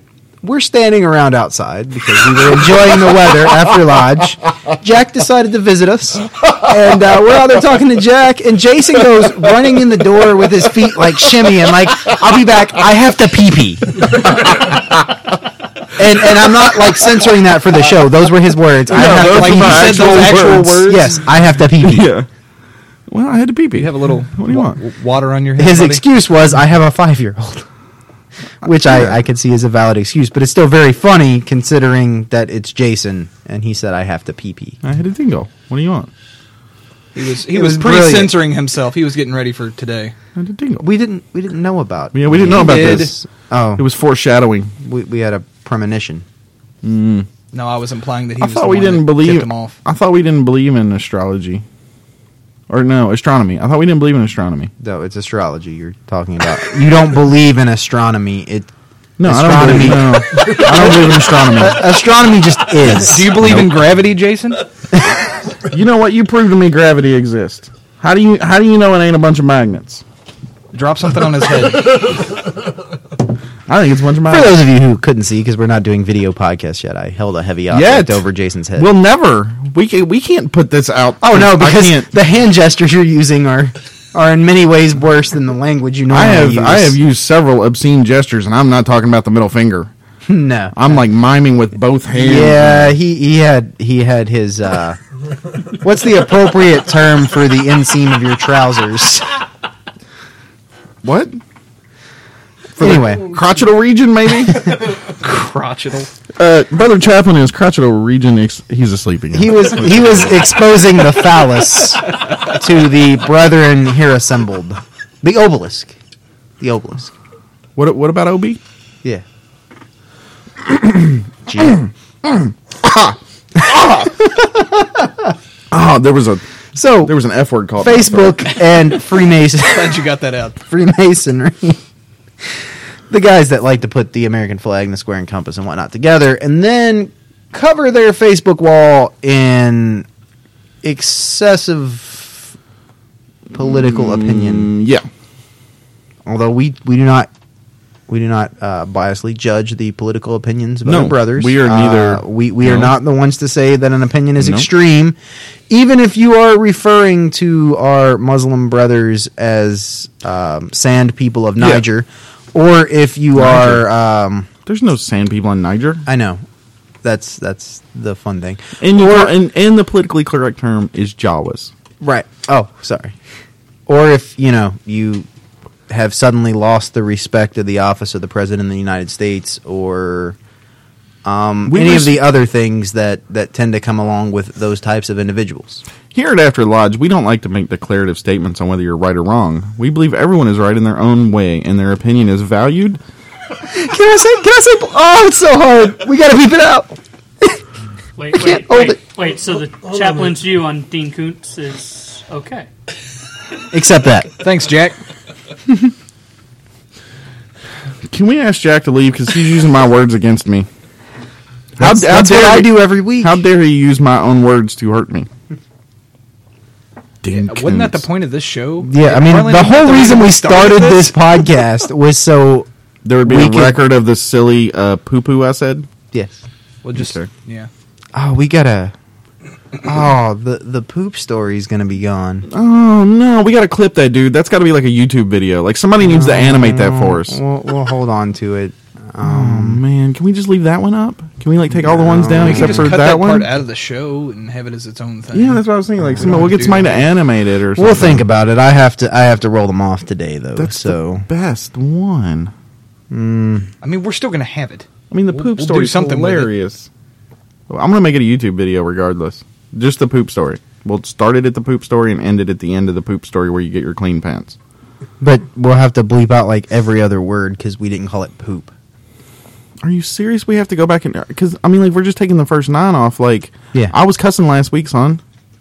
Speaker 1: we're standing around outside because we were enjoying the weather after lodge. Jack decided to visit us, and uh, we're out there talking to Jack. And Jason goes running in the door with his feet like shimmying, like "I'll be back. I have to pee pee." and and I'm not like censoring that for the show. Those were his words. I
Speaker 4: No,
Speaker 1: have
Speaker 4: those
Speaker 1: to
Speaker 4: were
Speaker 1: pee
Speaker 4: my
Speaker 1: pee.
Speaker 4: actual words.
Speaker 1: Yes, I have to pee pee.
Speaker 4: Yeah. Well, I had to pee pee.
Speaker 5: You have a little
Speaker 4: What do you
Speaker 5: wa-
Speaker 4: want?
Speaker 5: water on your head.
Speaker 1: his
Speaker 5: buddy?
Speaker 1: excuse was I have a five year old, which I, I could see is a valid excuse, but it's still very funny considering that it's Jason and he said I have to pee pee.
Speaker 4: I had a dingle. What do you want?
Speaker 5: He was he
Speaker 1: It
Speaker 5: was,
Speaker 1: was brilliant.
Speaker 5: pre-censoring himself. He was getting ready for today.
Speaker 4: I had a dingle.
Speaker 1: We didn't we didn't know about
Speaker 4: yeah, we didn't know about
Speaker 5: did.
Speaker 4: this.
Speaker 1: oh
Speaker 4: It was foreshadowing.
Speaker 1: we, we had a premonition.
Speaker 5: No, I was implying that he
Speaker 4: I
Speaker 5: was
Speaker 4: thought
Speaker 5: the
Speaker 4: we
Speaker 5: one
Speaker 4: didn't
Speaker 5: that tipped
Speaker 4: believe.
Speaker 5: him off.
Speaker 4: I thought we didn't believe in astrology, or no, astronomy. I thought we didn't believe in astronomy.
Speaker 1: No, it's astrology you're talking about. you don't believe in astronomy. It
Speaker 4: No,
Speaker 1: Astronomy.
Speaker 4: I don't believe. No, I don't believe in astronomy.
Speaker 1: astronomy just is.
Speaker 5: Do you believe in gravity, Jason?
Speaker 4: You know what? You proved to me gravity exists. How do you How do you know it ain't a bunch of magnets?
Speaker 5: Drop something on his head.
Speaker 4: I think it's a bunch of
Speaker 1: For
Speaker 4: magnets.
Speaker 1: those of you who couldn't see, because we're not doing video podcasts yet, I held a heavy object
Speaker 4: Yet.
Speaker 1: over Jason's head.
Speaker 4: We'll never. We can, we can't put this out.
Speaker 1: Oh no,
Speaker 4: I can't.
Speaker 1: because the hand gestures you're using are are in many ways worse than the language you
Speaker 4: I
Speaker 1: normally
Speaker 4: have
Speaker 1: use.
Speaker 4: I have used several obscene gestures, and I'm not talking about the middle finger.
Speaker 1: no.
Speaker 4: I'm like miming with both hands.
Speaker 1: Yeah, he, he had he had his uh what's the appropriate term for the inseam of your trousers?
Speaker 4: What?
Speaker 1: anyway,
Speaker 4: Crotchetal region, maybe?
Speaker 5: Crotchetal.
Speaker 4: uh, Brother Chaplin is crotchetal region. Ex- he's a sleeping.
Speaker 1: he was he was exposing the phallus to the brethren here assembled. The obelisk. The obelisk.
Speaker 4: What? What about Ob?
Speaker 1: Yeah. Gee.
Speaker 4: Oh, there was a
Speaker 1: so
Speaker 4: there was an F word called
Speaker 1: Facebook and Freemason
Speaker 5: Glad you got that out.
Speaker 1: Freemasonry. the guys that like to put the American flag and the square and compass and whatnot together and then cover their Facebook wall in excessive political opinion.
Speaker 4: Mm, yeah.
Speaker 1: Although we, we do not we do not uh, biasly judge the political opinions of
Speaker 4: No,
Speaker 1: our brothers.
Speaker 4: we are
Speaker 1: Uh,
Speaker 4: neither-
Speaker 1: we we are
Speaker 4: no.
Speaker 1: not the ones to say that an opinion is
Speaker 4: No.
Speaker 1: extreme, even if you are referring to our Muslim brothers as um, sand people of
Speaker 4: Yeah.
Speaker 1: Niger, or if you
Speaker 4: Niger.
Speaker 1: are. Um,
Speaker 4: There's no sand people in Niger.
Speaker 1: I know. That's that's the fun thing.
Speaker 4: And, you and and the politically correct term is Jawas.
Speaker 1: Right. Oh, sorry. Or if, you know, you have suddenly lost the respect of the office of the president of the United States or um,
Speaker 4: We
Speaker 1: any
Speaker 4: res-
Speaker 1: of the other things that, that tend to come along with those types of individuals.
Speaker 4: Here at After Lodge, we don't like to make declarative statements on whether you're right or wrong. We believe everyone is right in their own way, and their opinion is valued.
Speaker 1: Can I say? Can I say? Oh, it's so hard. We gotta beep it out.
Speaker 7: Wait, wait,
Speaker 1: can't hold
Speaker 7: wait,
Speaker 1: it.
Speaker 7: wait. So the chaplain's view on Dean Koontz is okay.
Speaker 1: Except that.
Speaker 5: Thanks, Jack.
Speaker 4: Can we ask Jack to leave because he's using my words against me? How,
Speaker 1: That's,
Speaker 4: how
Speaker 1: that's what
Speaker 4: dare
Speaker 1: I
Speaker 4: he-
Speaker 1: do every week.
Speaker 4: How dare he use my own words to hurt me? Dean
Speaker 5: Wasn't that the
Speaker 4: Koontz.
Speaker 5: point of this show?
Speaker 1: yeah, I mean,
Speaker 5: Harlan,
Speaker 1: the
Speaker 5: isn't that
Speaker 1: whole reason we started this podcast was so.
Speaker 4: There would be
Speaker 1: We
Speaker 4: a
Speaker 1: could-
Speaker 4: record of the silly uh, poo poo I said.
Speaker 1: Yes.
Speaker 5: Well, just
Speaker 4: Yes, sir.
Speaker 5: yeah.
Speaker 1: Oh, we gotta. Oh, the the poop story's gonna be gone.
Speaker 4: Oh no, we gotta clip that dude. That's gotta be like a YouTube video. Like somebody needs to animate that for us.
Speaker 1: We'll, we'll hold on to it. Um, Hmm.
Speaker 4: Oh man, can we just leave that one up? Can we like take all the ones down
Speaker 5: We can
Speaker 4: except
Speaker 5: just
Speaker 4: for
Speaker 5: cut
Speaker 4: that,
Speaker 5: that,
Speaker 4: one?
Speaker 5: part out of the show and have it as its own thing.
Speaker 4: Yeah, that's what I was thinking. Like,
Speaker 5: We
Speaker 4: some,
Speaker 5: don't
Speaker 4: we'll get
Speaker 5: do
Speaker 4: somebody to
Speaker 5: that.
Speaker 4: animate it or something.
Speaker 1: We'll think about it. I have to. I have to roll them off today, though.
Speaker 4: That's
Speaker 1: so
Speaker 4: the best one.
Speaker 5: I mean, we're still gonna have it.
Speaker 4: I mean, the
Speaker 5: We'll-
Speaker 4: poop
Speaker 5: we'll
Speaker 4: story
Speaker 5: do
Speaker 4: is
Speaker 5: something with it.
Speaker 4: hilarious. Well, I'm gonna make it a YouTube video regardless. Just the poop story. We'll start it at the poop story and end it at the end of the poop story where you get your clean pants.
Speaker 1: but we'll have to bleep out like every other word because we didn't call it poop.
Speaker 4: Are you serious? We have to go back and because I mean, like, we're just taking the first nine off. Like,
Speaker 1: Yeah.
Speaker 4: I was cussing last week, son.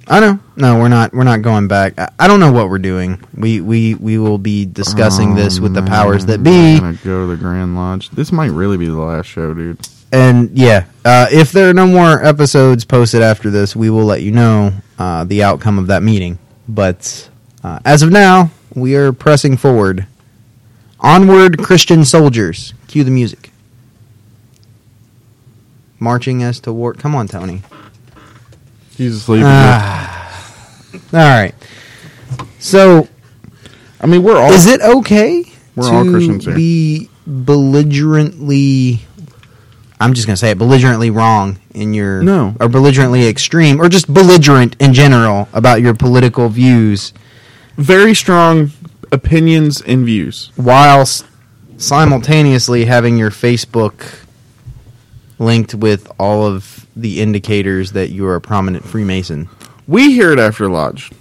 Speaker 1: I know. No, we're not. We're not going back. I, I don't know what we're doing. We we we will be discussing this with the powers that be.
Speaker 4: I'm gonna go to the Grand Lodge. This might really be the last show, dude.
Speaker 1: And yeah, uh, if there are no more episodes posted after this, we will let you know uh, the outcome of that meeting. But uh, as of now, we are pressing forward. Onward, Christian soldiers. Cue the music. Marching as to war. Come on, Tony.
Speaker 4: He's asleep.
Speaker 1: All right. So,
Speaker 4: I mean, we're all.
Speaker 1: is it okay
Speaker 4: We're
Speaker 1: to
Speaker 4: all Christians here.
Speaker 1: be belligerently? I'm just gonna say it belligerently wrong in your
Speaker 4: No.
Speaker 1: or belligerently extreme or just belligerent in general about your political views
Speaker 4: very strong opinions and views.
Speaker 1: whilst simultaneously having your Facebook linked with all of the indicators that you are a prominent Freemason.
Speaker 4: We here at After Lodge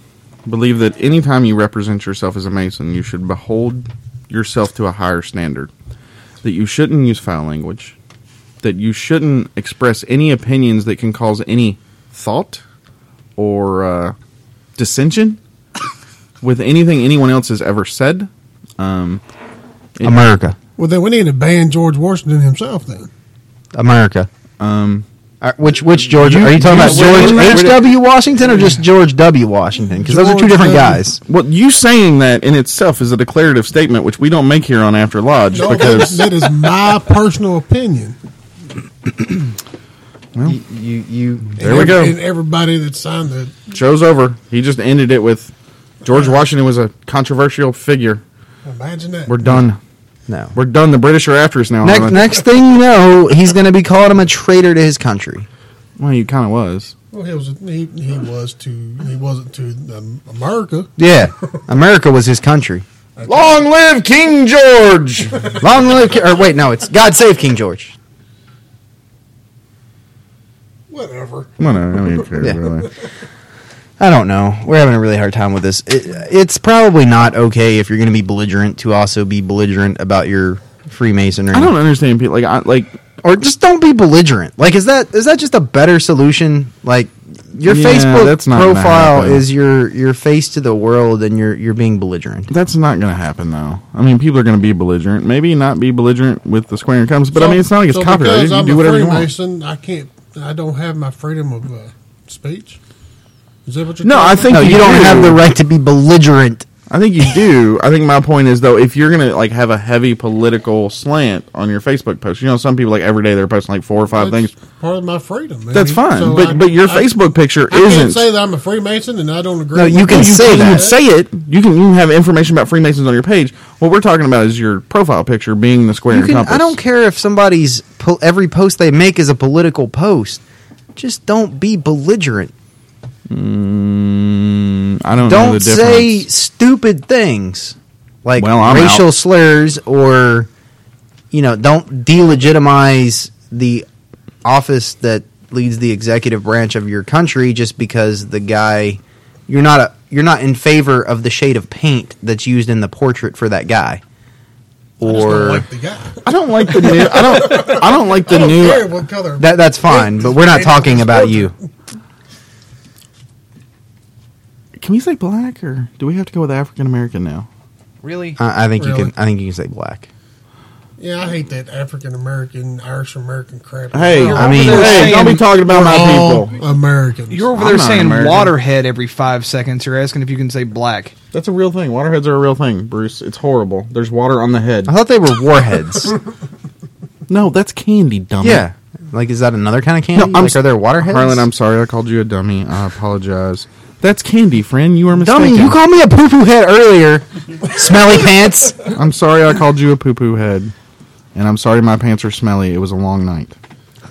Speaker 4: believe that anytime you represent yourself as a Mason, you should behold yourself to a higher standard. That you shouldn't use foul language. That you shouldn't express any opinions that can cause any thought or uh, dissension with anything anyone else has ever said. Um, it-
Speaker 1: America.
Speaker 2: Well, then we need to ban George Washington himself. Then
Speaker 1: America.
Speaker 4: Um,
Speaker 1: Uh, which which George are you talking
Speaker 4: you-
Speaker 1: about? George
Speaker 4: wait, wait,
Speaker 1: H.
Speaker 4: wait.
Speaker 1: W. Washington or just George W. Washington? Because those are two
Speaker 2: George
Speaker 1: different
Speaker 2: W.
Speaker 1: guys.
Speaker 4: well, you saying that in itself is a declarative statement, which we don't make here on After Lodge
Speaker 2: No,
Speaker 4: because
Speaker 2: that is my personal opinion.
Speaker 1: You, you, you
Speaker 4: There we
Speaker 2: And
Speaker 4: go.
Speaker 2: ev- And everybody that signed the
Speaker 4: Show's over. He just ended it with George Washington was a controversial figure.
Speaker 2: imagine that.
Speaker 4: We're done.
Speaker 1: No.
Speaker 4: We're done. The British are after us now.
Speaker 1: Next,
Speaker 4: Arlen.
Speaker 1: next thing you know, he's going to be calling him a traitor to his country.
Speaker 4: Well, you kind of was.
Speaker 2: Well, he was he, he was to he wasn't to um, America.
Speaker 1: Yeah, America was his country.
Speaker 4: Long live King George!
Speaker 1: Long live, Ki- or wait, no, it's God save King George.
Speaker 2: Whatever.
Speaker 4: Whatever, I mean, okay,
Speaker 1: Yeah.
Speaker 4: really.
Speaker 1: I don't know. We're having a really hard time with this. It, it's probably not okay if you're going to be belligerent to also be belligerent about your Freemasonry.
Speaker 4: I don't understand people like I like
Speaker 1: or just don't be belligerent. Like, is that is that just a better solution? Like, your
Speaker 4: Yeah,
Speaker 1: Facebook
Speaker 4: that's not gonna
Speaker 1: profile
Speaker 4: happen.
Speaker 1: is your your face to the world, and you're you're being belligerent.
Speaker 4: that's not going to happen though. I mean, people are going to be belligerent. Maybe not be belligerent with the square and comes, but I mean, it's not like it's
Speaker 2: so
Speaker 4: copyrighted. You
Speaker 2: because
Speaker 4: can
Speaker 2: I'm
Speaker 4: do
Speaker 2: a
Speaker 4: whatever you want.
Speaker 2: Freemason, I can't. I don't have my freedom of uh, speech. Is that what you're?
Speaker 4: No, I
Speaker 2: talking
Speaker 4: think
Speaker 1: No, you don't
Speaker 4: do.
Speaker 1: have the right to be belligerent.
Speaker 4: I think you do. I think my point is though, if you're gonna like have a heavy political slant on your Facebook post, you know, some people like every day they're posting like four or five
Speaker 2: about? That's
Speaker 4: things.
Speaker 2: Part of my freedom. man.
Speaker 4: That's fine,
Speaker 2: So
Speaker 4: but
Speaker 2: I-
Speaker 4: but your
Speaker 2: I-
Speaker 4: Facebook picture
Speaker 2: I can't
Speaker 4: isn't.
Speaker 2: say that I'm a Freemason and I don't agree.
Speaker 1: No,
Speaker 2: with
Speaker 1: you
Speaker 2: what
Speaker 1: can
Speaker 2: you
Speaker 1: say
Speaker 2: said.
Speaker 4: you can
Speaker 1: that.
Speaker 4: say it. You can you can have information about Freemasons on your page. What we're talking about is your profile picture being the square
Speaker 1: You
Speaker 4: and
Speaker 1: can,
Speaker 4: compass.
Speaker 1: I don't care if somebody's po- every post they make is a political post. Just don't be belligerent.
Speaker 4: Mm, I don't. know
Speaker 1: Don't
Speaker 4: the
Speaker 1: say
Speaker 4: difference.
Speaker 1: stupid things like
Speaker 4: Well, I'm
Speaker 1: racial
Speaker 4: out.
Speaker 1: slurs or you know, don't delegitimize the office that leads the executive branch of your country just because the guy you're not a, you're not in favor of the shade of paint that's used in the portrait for that guy.
Speaker 2: I just don't
Speaker 1: Or
Speaker 2: like the guy.
Speaker 4: I don't like the new. I don't. I don't like the
Speaker 2: I don't
Speaker 4: new.
Speaker 2: care what color.
Speaker 1: That that's fine, but we're not
Speaker 2: It's
Speaker 1: talking about you.
Speaker 4: Can we say black or do we have to go with African American now?
Speaker 5: Really?
Speaker 1: I, I think you
Speaker 2: Really?
Speaker 1: can. I think you can say black.
Speaker 2: Yeah, I hate that African American, Irish American crap.
Speaker 4: Hey,
Speaker 2: We're
Speaker 1: I mean-
Speaker 4: hey, don't be
Speaker 5: saying-
Speaker 4: talking about my
Speaker 2: all
Speaker 4: people.
Speaker 2: Americans.
Speaker 5: You're over
Speaker 4: I'm
Speaker 5: there
Speaker 4: not
Speaker 5: saying
Speaker 4: American.
Speaker 5: waterhead every five seconds. You're asking if you can say black.
Speaker 4: That's a real thing. Waterheads are a real thing, Bruce. It's horrible. There's water on the head.
Speaker 1: I thought they were warheads.
Speaker 4: Uh, No, that's candy, dummy.
Speaker 1: yeah. Like, is that another kind of candy?
Speaker 4: No, I'm
Speaker 1: like, are there waterheads?
Speaker 4: Harlan, I'm sorry I called you a dummy. I apologize. That's candy, friend. You are mistaken.
Speaker 1: dummy. You called me a poo poo head earlier. Smelly pants.
Speaker 4: I'm sorry I called you a poo poo head. And I'm sorry my pants are smelly. It was a long night.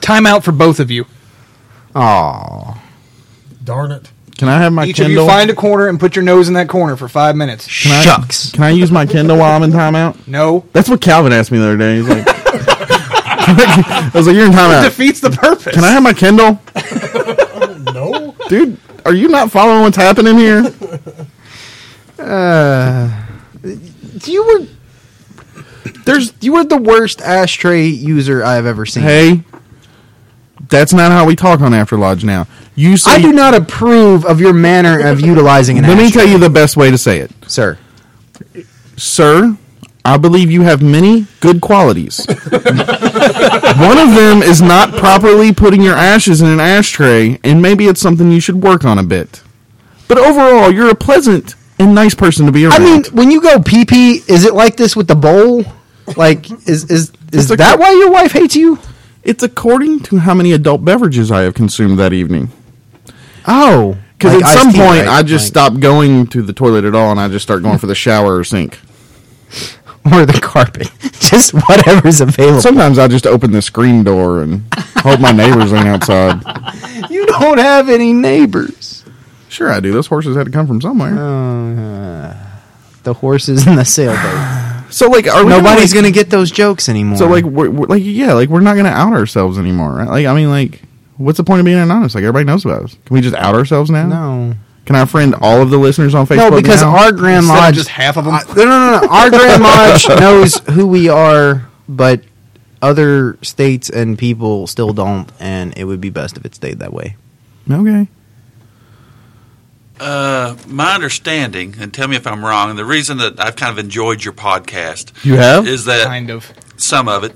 Speaker 5: Time out for both of you.
Speaker 1: Aw.
Speaker 2: Darn it.
Speaker 4: Can I have my
Speaker 5: Each
Speaker 4: Kindle?
Speaker 5: of you find a corner and put your nose in that corner for five minutes.
Speaker 4: Can I-
Speaker 1: Shucks.
Speaker 4: Can I use my Kindle while I'm in timeout?
Speaker 5: No.
Speaker 4: That's what Calvin asked me the other day. He's like, I was like, you're in timeout.
Speaker 5: Defeats the purpose.
Speaker 4: Can I have my Kindle?
Speaker 2: No.
Speaker 4: Dude, are you not following what's happening here?
Speaker 1: You were. There's you were the worst ashtray user I've ever seen.
Speaker 4: Hey, that's not how we talk on After Lodge now. You say,
Speaker 1: I do not approve of your manner of utilizing an.
Speaker 4: Let me
Speaker 1: ashtray,
Speaker 4: tell you the best way to say it.
Speaker 1: sir.
Speaker 4: Sir, I believe you have many good qualities. One of them is not properly putting your ashes in an ashtray, and maybe it's something you should work on a bit. But overall, you're a pleasant and nice person to be around.
Speaker 1: I mean, when you go pee pee, is it like this with the bowl? Like, is is is
Speaker 4: It's a-
Speaker 1: that why your wife hates you?
Speaker 4: it's according to how many adult beverages I have consumed that evening.
Speaker 1: Oh,
Speaker 4: Because
Speaker 1: like
Speaker 4: at some
Speaker 1: iced tea,
Speaker 4: point,
Speaker 1: right?
Speaker 4: I just
Speaker 1: Like-
Speaker 4: stop going to the toilet at all, and I just start going for the shower or sink.
Speaker 1: or the carpet, just whatever's available.
Speaker 4: Sometimes I just open the screen door and hope my neighbors ain't outside.
Speaker 1: you don't have any neighbors.
Speaker 4: Sure, I do. Those horses had to come from somewhere.
Speaker 1: The horses and the sailboat.
Speaker 4: So, like, are we
Speaker 1: Nobody's
Speaker 4: gonna,
Speaker 1: gonna get those jokes anymore.
Speaker 4: like- So, like, we're, we're- like, yeah, like we're not gonna out ourselves anymore, right? Like, I mean, like, what's the point of being anonymous? Like, everybody knows about us. Can we just out ourselves now?
Speaker 1: no,
Speaker 4: Can I friend all of the listeners on Facebook?
Speaker 1: no, because
Speaker 4: now?
Speaker 1: our grand
Speaker 5: Instead of
Speaker 1: lodge
Speaker 5: just half of them.
Speaker 1: Uh, no, no, no, no. Our grand lodge knows who we are, but other states and people still don't, and it would be best if it stayed that way.
Speaker 4: okay.
Speaker 6: Uh, my understanding, and tell me if I'm wrong, and the reason that I've kind of enjoyed your podcast
Speaker 4: You have?
Speaker 6: is that
Speaker 5: kind of.
Speaker 6: some of it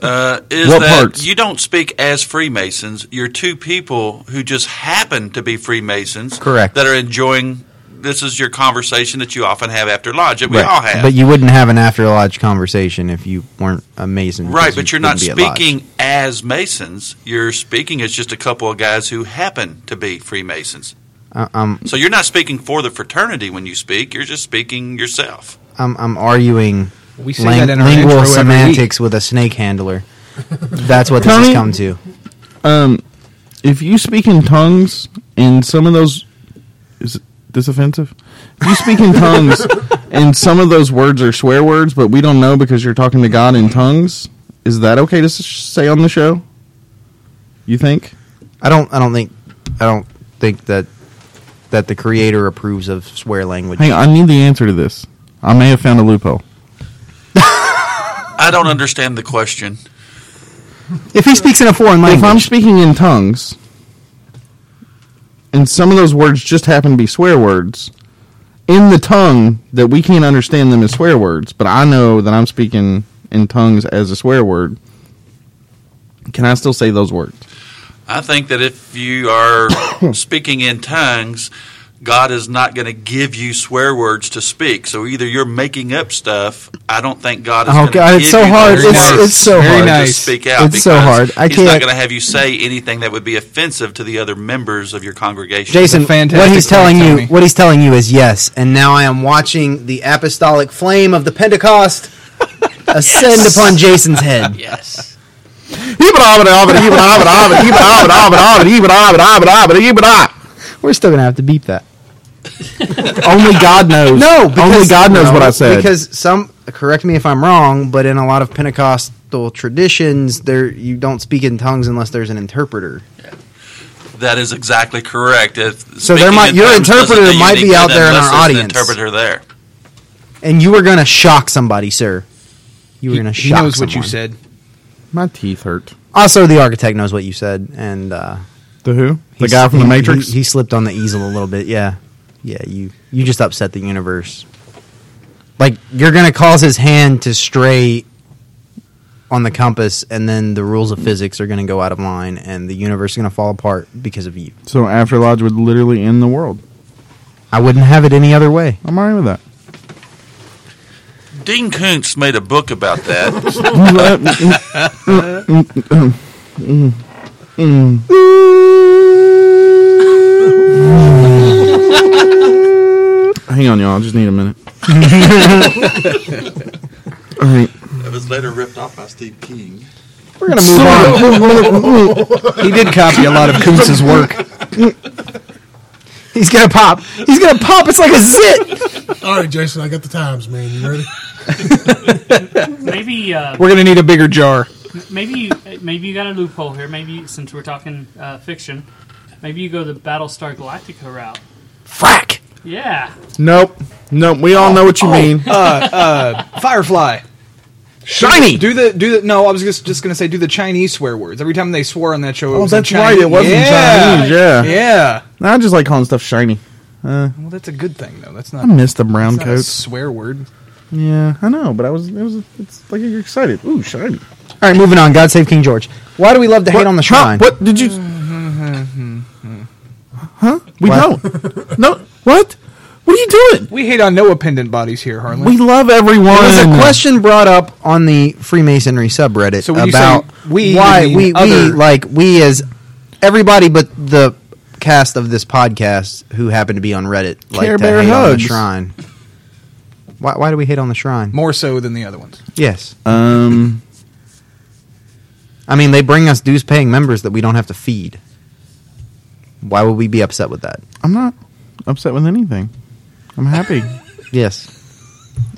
Speaker 6: uh, is
Speaker 4: What
Speaker 6: that
Speaker 4: parts?
Speaker 6: you don't speak as Freemasons. You're two people who just happen to be Freemasons,
Speaker 1: Correct.
Speaker 6: That are enjoying. This is your conversation that you often have after lodge that we all have,
Speaker 1: But you wouldn't have an after lodge conversation if you weren't a Mason.
Speaker 6: right?
Speaker 1: because
Speaker 6: But
Speaker 1: you
Speaker 6: you're not
Speaker 1: wouldn't be at lodge.
Speaker 6: speaking as Masons. You're speaking as just a couple of guys who happen to be Freemasons.
Speaker 1: I- I'm,
Speaker 6: So you're not speaking for the fraternity when you speak. You're just speaking yourself.
Speaker 1: I'm, I'm arguing
Speaker 5: We say
Speaker 1: Lang-
Speaker 5: that in our
Speaker 1: lingual
Speaker 5: intro every
Speaker 1: semantics with a snake handler. That's what this has
Speaker 4: Tony-
Speaker 1: come to.
Speaker 4: if you speak in tongues and some of those is it this offensive? If you speak in tongues and some of those words are swear words, but we don't know because you're talking to God in tongues, is that okay to s- say on the show? You think?
Speaker 1: I don't. I don't think. I don't think that that the creator approves of swear language.
Speaker 4: Hang on, I need the answer to this. I may have found a loophole.
Speaker 6: I don't understand the question.
Speaker 1: If he speaks in a foreign
Speaker 4: If I'm
Speaker 1: language,
Speaker 4: speaking in tongues and some of those words just happen to be swear words in the tongue that we can't understand them as swear words, but I know that I'm speaking in tongues as a swear word, can I still say those words?
Speaker 6: I think that if you are speaking in tongues, God is not going to give you swear words to speak. So either you're making up stuff. I don't think God is.
Speaker 1: Oh,
Speaker 6: going
Speaker 1: God,
Speaker 6: to
Speaker 1: it's so hard.
Speaker 5: It's- it's so hard.
Speaker 6: to
Speaker 5: Nice.
Speaker 6: speak out.
Speaker 1: It's so
Speaker 6: because
Speaker 1: hard. I
Speaker 6: he's
Speaker 1: can't-
Speaker 6: not going to have you say anything that would be offensive to the other members of your congregation.
Speaker 1: Jason,
Speaker 5: That's a fantastic
Speaker 1: what he's telling
Speaker 5: point,
Speaker 1: you,
Speaker 5: Tony.
Speaker 1: what he's telling you is yes. And now I am watching the apostolic flame of the Pentecost ascend upon Jason's head.
Speaker 9: Yes.
Speaker 4: Only
Speaker 1: We're still gonna have to beep that.
Speaker 4: God knows.
Speaker 1: No, because,
Speaker 4: only God knows
Speaker 1: no,
Speaker 4: what I said.
Speaker 1: Because some, correct me if I'm wrong, but in a lot of Pentecostal traditions, there you don't speak in tongues unless there's an interpreter.
Speaker 6: That is exactly correct. If
Speaker 1: So there
Speaker 6: speaking
Speaker 1: might-
Speaker 6: in
Speaker 1: your
Speaker 6: tongues doesn't
Speaker 1: interpreter
Speaker 6: do you
Speaker 1: might be
Speaker 6: any
Speaker 1: out
Speaker 6: good
Speaker 1: there in
Speaker 6: unless
Speaker 1: our
Speaker 6: there's an
Speaker 1: audience.
Speaker 6: Interpreter there.
Speaker 1: And you were gonna shock somebody, sir. You were
Speaker 5: He,
Speaker 1: gonna shock.
Speaker 5: he knows what you
Speaker 1: someone.
Speaker 5: said.
Speaker 4: my teeth hurt.
Speaker 1: Also, the architect knows what you said, and uh,
Speaker 4: The who? The
Speaker 1: he's-
Speaker 4: guy from the
Speaker 1: he-
Speaker 4: Matrix.
Speaker 1: He, he slipped on the easel a little bit. Yeah, yeah. You you just upset the universe. Like you're gonna cause his hand to stray on the compass, and then the rules of physics are gonna go out of line, and the universe is gonna fall apart because of you.
Speaker 4: so After Lodge would literally end the world.
Speaker 1: I wouldn't have it any other way.
Speaker 4: I'm alright with that.
Speaker 6: Dean Koontz made a book about that.
Speaker 4: Hang on, y'all. I just need a minute. All right.
Speaker 6: it was later ripped off by Steve King.
Speaker 1: We're gonna move on.
Speaker 5: He did copy a lot of Kuntz's work.
Speaker 1: He's gonna pop. He's gonna pop. It's like a zit.
Speaker 2: All right, Jason, I got the times, man. You ready?
Speaker 7: Maybe uh,
Speaker 5: We're gonna need a bigger jar.
Speaker 7: maybe you, maybe you got a loophole here. Maybe since we're talking uh, fiction, maybe you go the Battlestar Galactica route.
Speaker 1: Frack.
Speaker 7: Yeah,
Speaker 4: Nope. Nope. We all know
Speaker 5: Oh,
Speaker 4: what you mean.
Speaker 5: Firefly.
Speaker 4: Shiny.
Speaker 5: Do the do the no? I was just just gonna say do the Chinese swear words. Every time they swore on that show, it
Speaker 4: Oh,
Speaker 5: was in
Speaker 4: that's
Speaker 5: Chinese.
Speaker 4: right. It was in
Speaker 5: yeah.
Speaker 4: Chinese, yeah.
Speaker 5: yeah.
Speaker 4: I just like calling stuff shiny.
Speaker 5: Well, that's a good thing though. That's
Speaker 4: I
Speaker 5: not,
Speaker 4: miss the brown
Speaker 5: that's not a
Speaker 4: coats.
Speaker 5: swear word.
Speaker 4: Yeah, I know, but I was. It was. It's like you're excited. Ooh, shiny.
Speaker 1: All right, moving on. God save King George. Why do we love to hate on the shrine?
Speaker 4: Huh? What did you? Huh? We
Speaker 1: What?
Speaker 4: don't. No. What? What are you doing?
Speaker 5: We hate on no appendant bodies here, Harlan.
Speaker 4: We love everyone.
Speaker 1: There was a question brought up on the Freemasonry subreddit
Speaker 5: So when you say
Speaker 1: about
Speaker 5: we, you
Speaker 1: why
Speaker 5: mean
Speaker 1: we, we
Speaker 5: other.
Speaker 1: like we as everybody but the cast of this podcast who happen to be on Reddit like
Speaker 4: Care
Speaker 1: to
Speaker 4: Bear
Speaker 1: hate on the
Speaker 4: hugs.
Speaker 1: shrine. Why, why do we hate on the shrine?
Speaker 5: more so than the other ones.
Speaker 1: Yes,
Speaker 4: Um.
Speaker 1: I mean they bring us dues-paying members that we don't have to feed. Why would we be upset with that?
Speaker 4: I'm not upset with anything. I'm happy. Uh,
Speaker 1: Yes.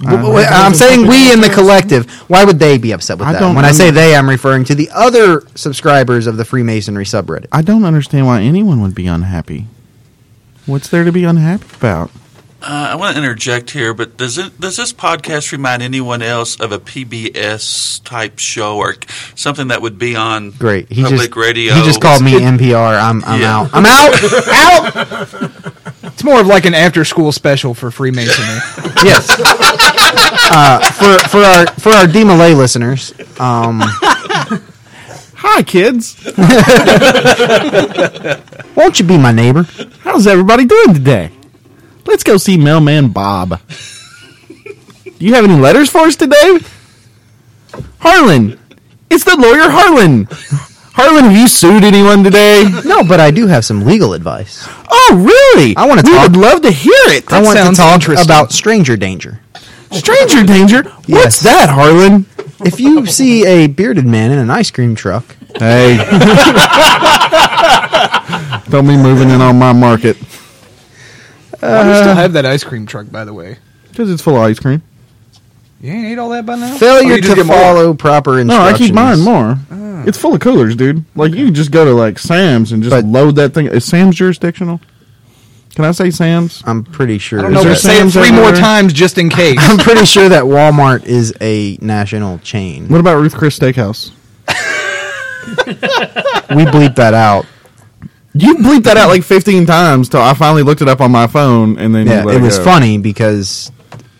Speaker 4: I-
Speaker 1: Well, wait, I'm saying we in the collective. Why would they be upset with
Speaker 4: I
Speaker 1: that?
Speaker 4: don't
Speaker 1: When I
Speaker 4: know.
Speaker 1: say they, I'm referring to the other subscribers of the Freemasonry subreddit.
Speaker 4: I don't understand why anyone would be unhappy. What's there to be unhappy about?
Speaker 6: Uh, I want to interject here, but does it, does this podcast remind anyone else of a PBS type show or something that would be on
Speaker 1: Great. He
Speaker 6: public
Speaker 1: just,
Speaker 6: radio?
Speaker 1: He just called me NPR. I'm, I'm
Speaker 6: Yeah.
Speaker 1: out. I'm out. out.
Speaker 5: It's more of like an after-school special for Freemasonry.
Speaker 1: Yes. Uh, for for our for our D Malay listeners, um,
Speaker 4: Hi, kids.
Speaker 1: won't you be my neighbor?
Speaker 4: How's everybody doing today? Let's go see Mailman Bob. Do you have any letters for us today? Harlan. It's the lawyer Harlan. Harlan, have you sued anyone today?
Speaker 1: No, but I do have some legal advice.
Speaker 4: Oh, really?
Speaker 1: I wanna
Speaker 4: We
Speaker 1: talk-
Speaker 4: would love to hear it.
Speaker 1: I want to
Speaker 5: sounds
Speaker 1: talk
Speaker 5: interesting.
Speaker 1: about stranger danger.
Speaker 4: Stranger danger? What's
Speaker 1: Yes.
Speaker 4: that, Harlan?
Speaker 1: If you see a bearded man in an ice cream truck,
Speaker 4: Hey. Don't be moving in on my market.
Speaker 5: Why do you still have that ice cream truck, by the way?
Speaker 4: Because it's full of ice cream.
Speaker 5: You ain't ate all that by now? Or
Speaker 1: failure
Speaker 4: Oh,
Speaker 5: you just
Speaker 1: to
Speaker 5: get more?
Speaker 1: follow proper
Speaker 4: No, I
Speaker 1: instructions.
Speaker 4: keep buying more. It's full of coolers, dude. Like you just go to like Sam's and just
Speaker 1: But-
Speaker 4: load that thing. Is Sam's jurisdictional? Can I say Sam's?
Speaker 1: I'm pretty sure.
Speaker 5: I don't know.
Speaker 4: there
Speaker 5: but Say it
Speaker 4: Sam's
Speaker 5: three more
Speaker 4: everywhere?
Speaker 5: times just in case.
Speaker 1: I'm pretty sure that Walmart is a national chain.
Speaker 4: What about Ruth Chris Steakhouse?
Speaker 1: We bleep that out.
Speaker 4: You bleeped that out like 15 times till I finally looked it up on my phone and then you
Speaker 1: Yeah,
Speaker 4: let
Speaker 1: it was
Speaker 4: go.
Speaker 1: funny because,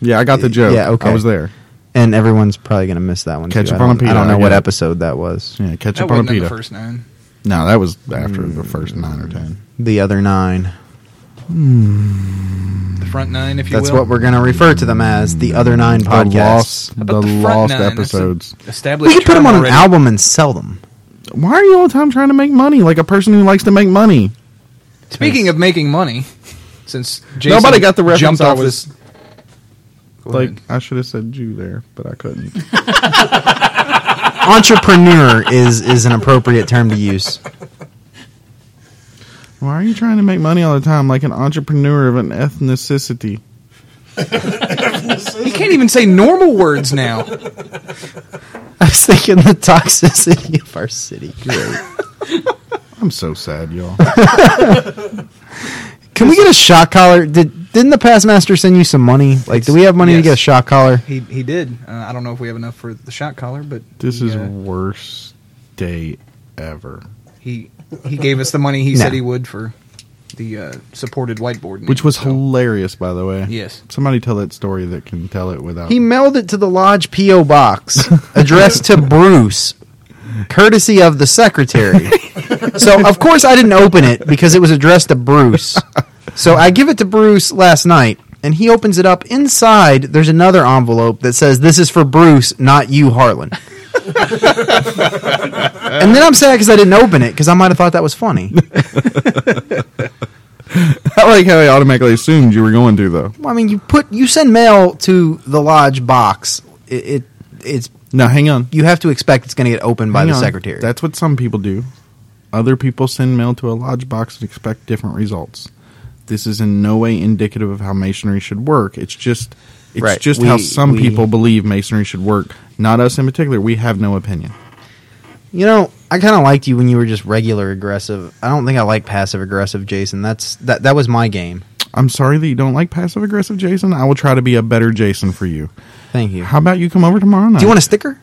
Speaker 4: Yeah, I got the joke.
Speaker 1: Yeah, okay.
Speaker 4: I was there.
Speaker 1: and everyone's probably gonna miss that one. too.
Speaker 4: Ketchup
Speaker 1: I don't-
Speaker 4: on a pita,
Speaker 1: I don't know
Speaker 4: I
Speaker 1: what
Speaker 4: get it.
Speaker 1: episode that was.
Speaker 4: Yeah, ketchup on a
Speaker 5: that wasn't in
Speaker 4: pita.
Speaker 5: the first nine.
Speaker 4: No, that was after the
Speaker 1: Mm.
Speaker 4: first nine or ten.
Speaker 1: The other nine.
Speaker 5: The front nine, if you
Speaker 1: That's
Speaker 5: will.
Speaker 1: what we're gonna refer to them as. The other nine podcasts.
Speaker 4: The
Speaker 5: But
Speaker 4: lost, the
Speaker 5: front
Speaker 4: lost
Speaker 5: nine, that's an
Speaker 4: episodes.
Speaker 5: Established.
Speaker 1: We could put them
Speaker 5: term
Speaker 1: on an
Speaker 5: already.
Speaker 1: album and sell them.
Speaker 4: Why are you all the time trying to make money like a person who likes to make money?
Speaker 5: Speaking of making money, since Jason
Speaker 4: Nobody got the reference
Speaker 5: jumped
Speaker 4: I
Speaker 5: off
Speaker 4: was-
Speaker 5: this. Go
Speaker 4: Like
Speaker 5: ahead.
Speaker 4: I should have said you there, but I couldn't.
Speaker 1: Entrepreneur is is an appropriate term to use.
Speaker 4: Why are you trying to make money all the time like an entrepreneur of an ethnicity?
Speaker 5: you can't even say normal words now.
Speaker 1: I was thinking the toxicity of our city.
Speaker 4: I'm so sad, y'all.
Speaker 1: Can we get a shot collar? Did didn't the past master send you some money? Like, do we have money to
Speaker 5: Yes.
Speaker 1: get a shot collar?
Speaker 5: He he did. Uh, I don't know if we have enough for the shot collar, but
Speaker 4: this
Speaker 5: he,
Speaker 4: is
Speaker 5: uh,
Speaker 4: worst day ever.
Speaker 5: he he gave us the money he
Speaker 1: No.
Speaker 5: said he would for the uh, supported whiteboard, name,
Speaker 4: Which was
Speaker 5: so-
Speaker 4: hilarious, by the way.
Speaker 5: Yes.
Speaker 4: Somebody tell that story that can tell it without.
Speaker 1: He mailed it to the lodge PO box, addressed to Bruce, courtesy of the secretary. so of course I didn't open it because it was addressed to Bruce. So I give it to Bruce last night, and he opens it up. Inside, there's another envelope that says, "This is for Bruce, not you, Harlan." and then I'm sad because I didn't open it because I might have thought that was funny.
Speaker 4: I like how he automatically assumed you were going to though.
Speaker 1: Well, I mean, you put you send mail to the lodge box. It, it it's
Speaker 4: No, hang on.
Speaker 1: you have to expect it's going to get opened by
Speaker 4: Hang
Speaker 1: the
Speaker 4: on.
Speaker 1: secretary.
Speaker 4: That's what some people do. Other people send mail to a lodge box and expect different results. This is in no way indicative of how masonry should work. It's just it's
Speaker 1: Right.
Speaker 4: just
Speaker 1: We-
Speaker 4: how some
Speaker 1: we-
Speaker 4: people believe masonry should work. Not us in particular. We have no opinion.
Speaker 1: You know, I kind of liked you when you were just regular aggressive. I don't think I like passive aggressive, Jason. That's that. That was my game.
Speaker 4: I'm sorry that you don't like passive aggressive Jason. I will try to be a better Jason for you.
Speaker 1: Thank you.
Speaker 4: How about you come over tomorrow night?
Speaker 1: Do you want a sticker?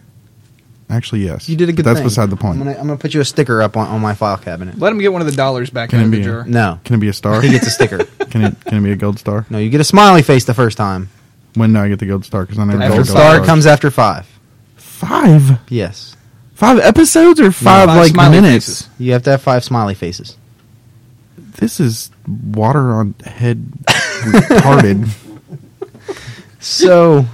Speaker 4: Actually, yes.
Speaker 1: You did a good.
Speaker 4: That's
Speaker 1: thing.
Speaker 4: beside the point.
Speaker 1: I'm gonna, I'm gonna put you a sticker up on, on my file cabinet.
Speaker 5: Let him get one of the dollars back
Speaker 4: Can
Speaker 5: out
Speaker 4: it
Speaker 5: of the
Speaker 4: be a-
Speaker 5: jar.
Speaker 1: No,
Speaker 4: Can it be a star?
Speaker 1: Oh. he gets a sticker.
Speaker 4: can it can it be a gold star?
Speaker 1: No, you get a smiley face the first time.
Speaker 4: When do I get the gold star? Because I
Speaker 1: The
Speaker 4: never got
Speaker 5: After
Speaker 4: a
Speaker 1: gold
Speaker 5: five.
Speaker 1: star
Speaker 4: stars.
Speaker 1: comes after five.
Speaker 4: five.
Speaker 1: Yes,
Speaker 4: Five episodes or five,
Speaker 5: Five
Speaker 4: like
Speaker 5: smiley
Speaker 4: minutes?
Speaker 5: faces.
Speaker 1: you have to have five smiley faces.
Speaker 4: This is water on head retarded.
Speaker 1: So,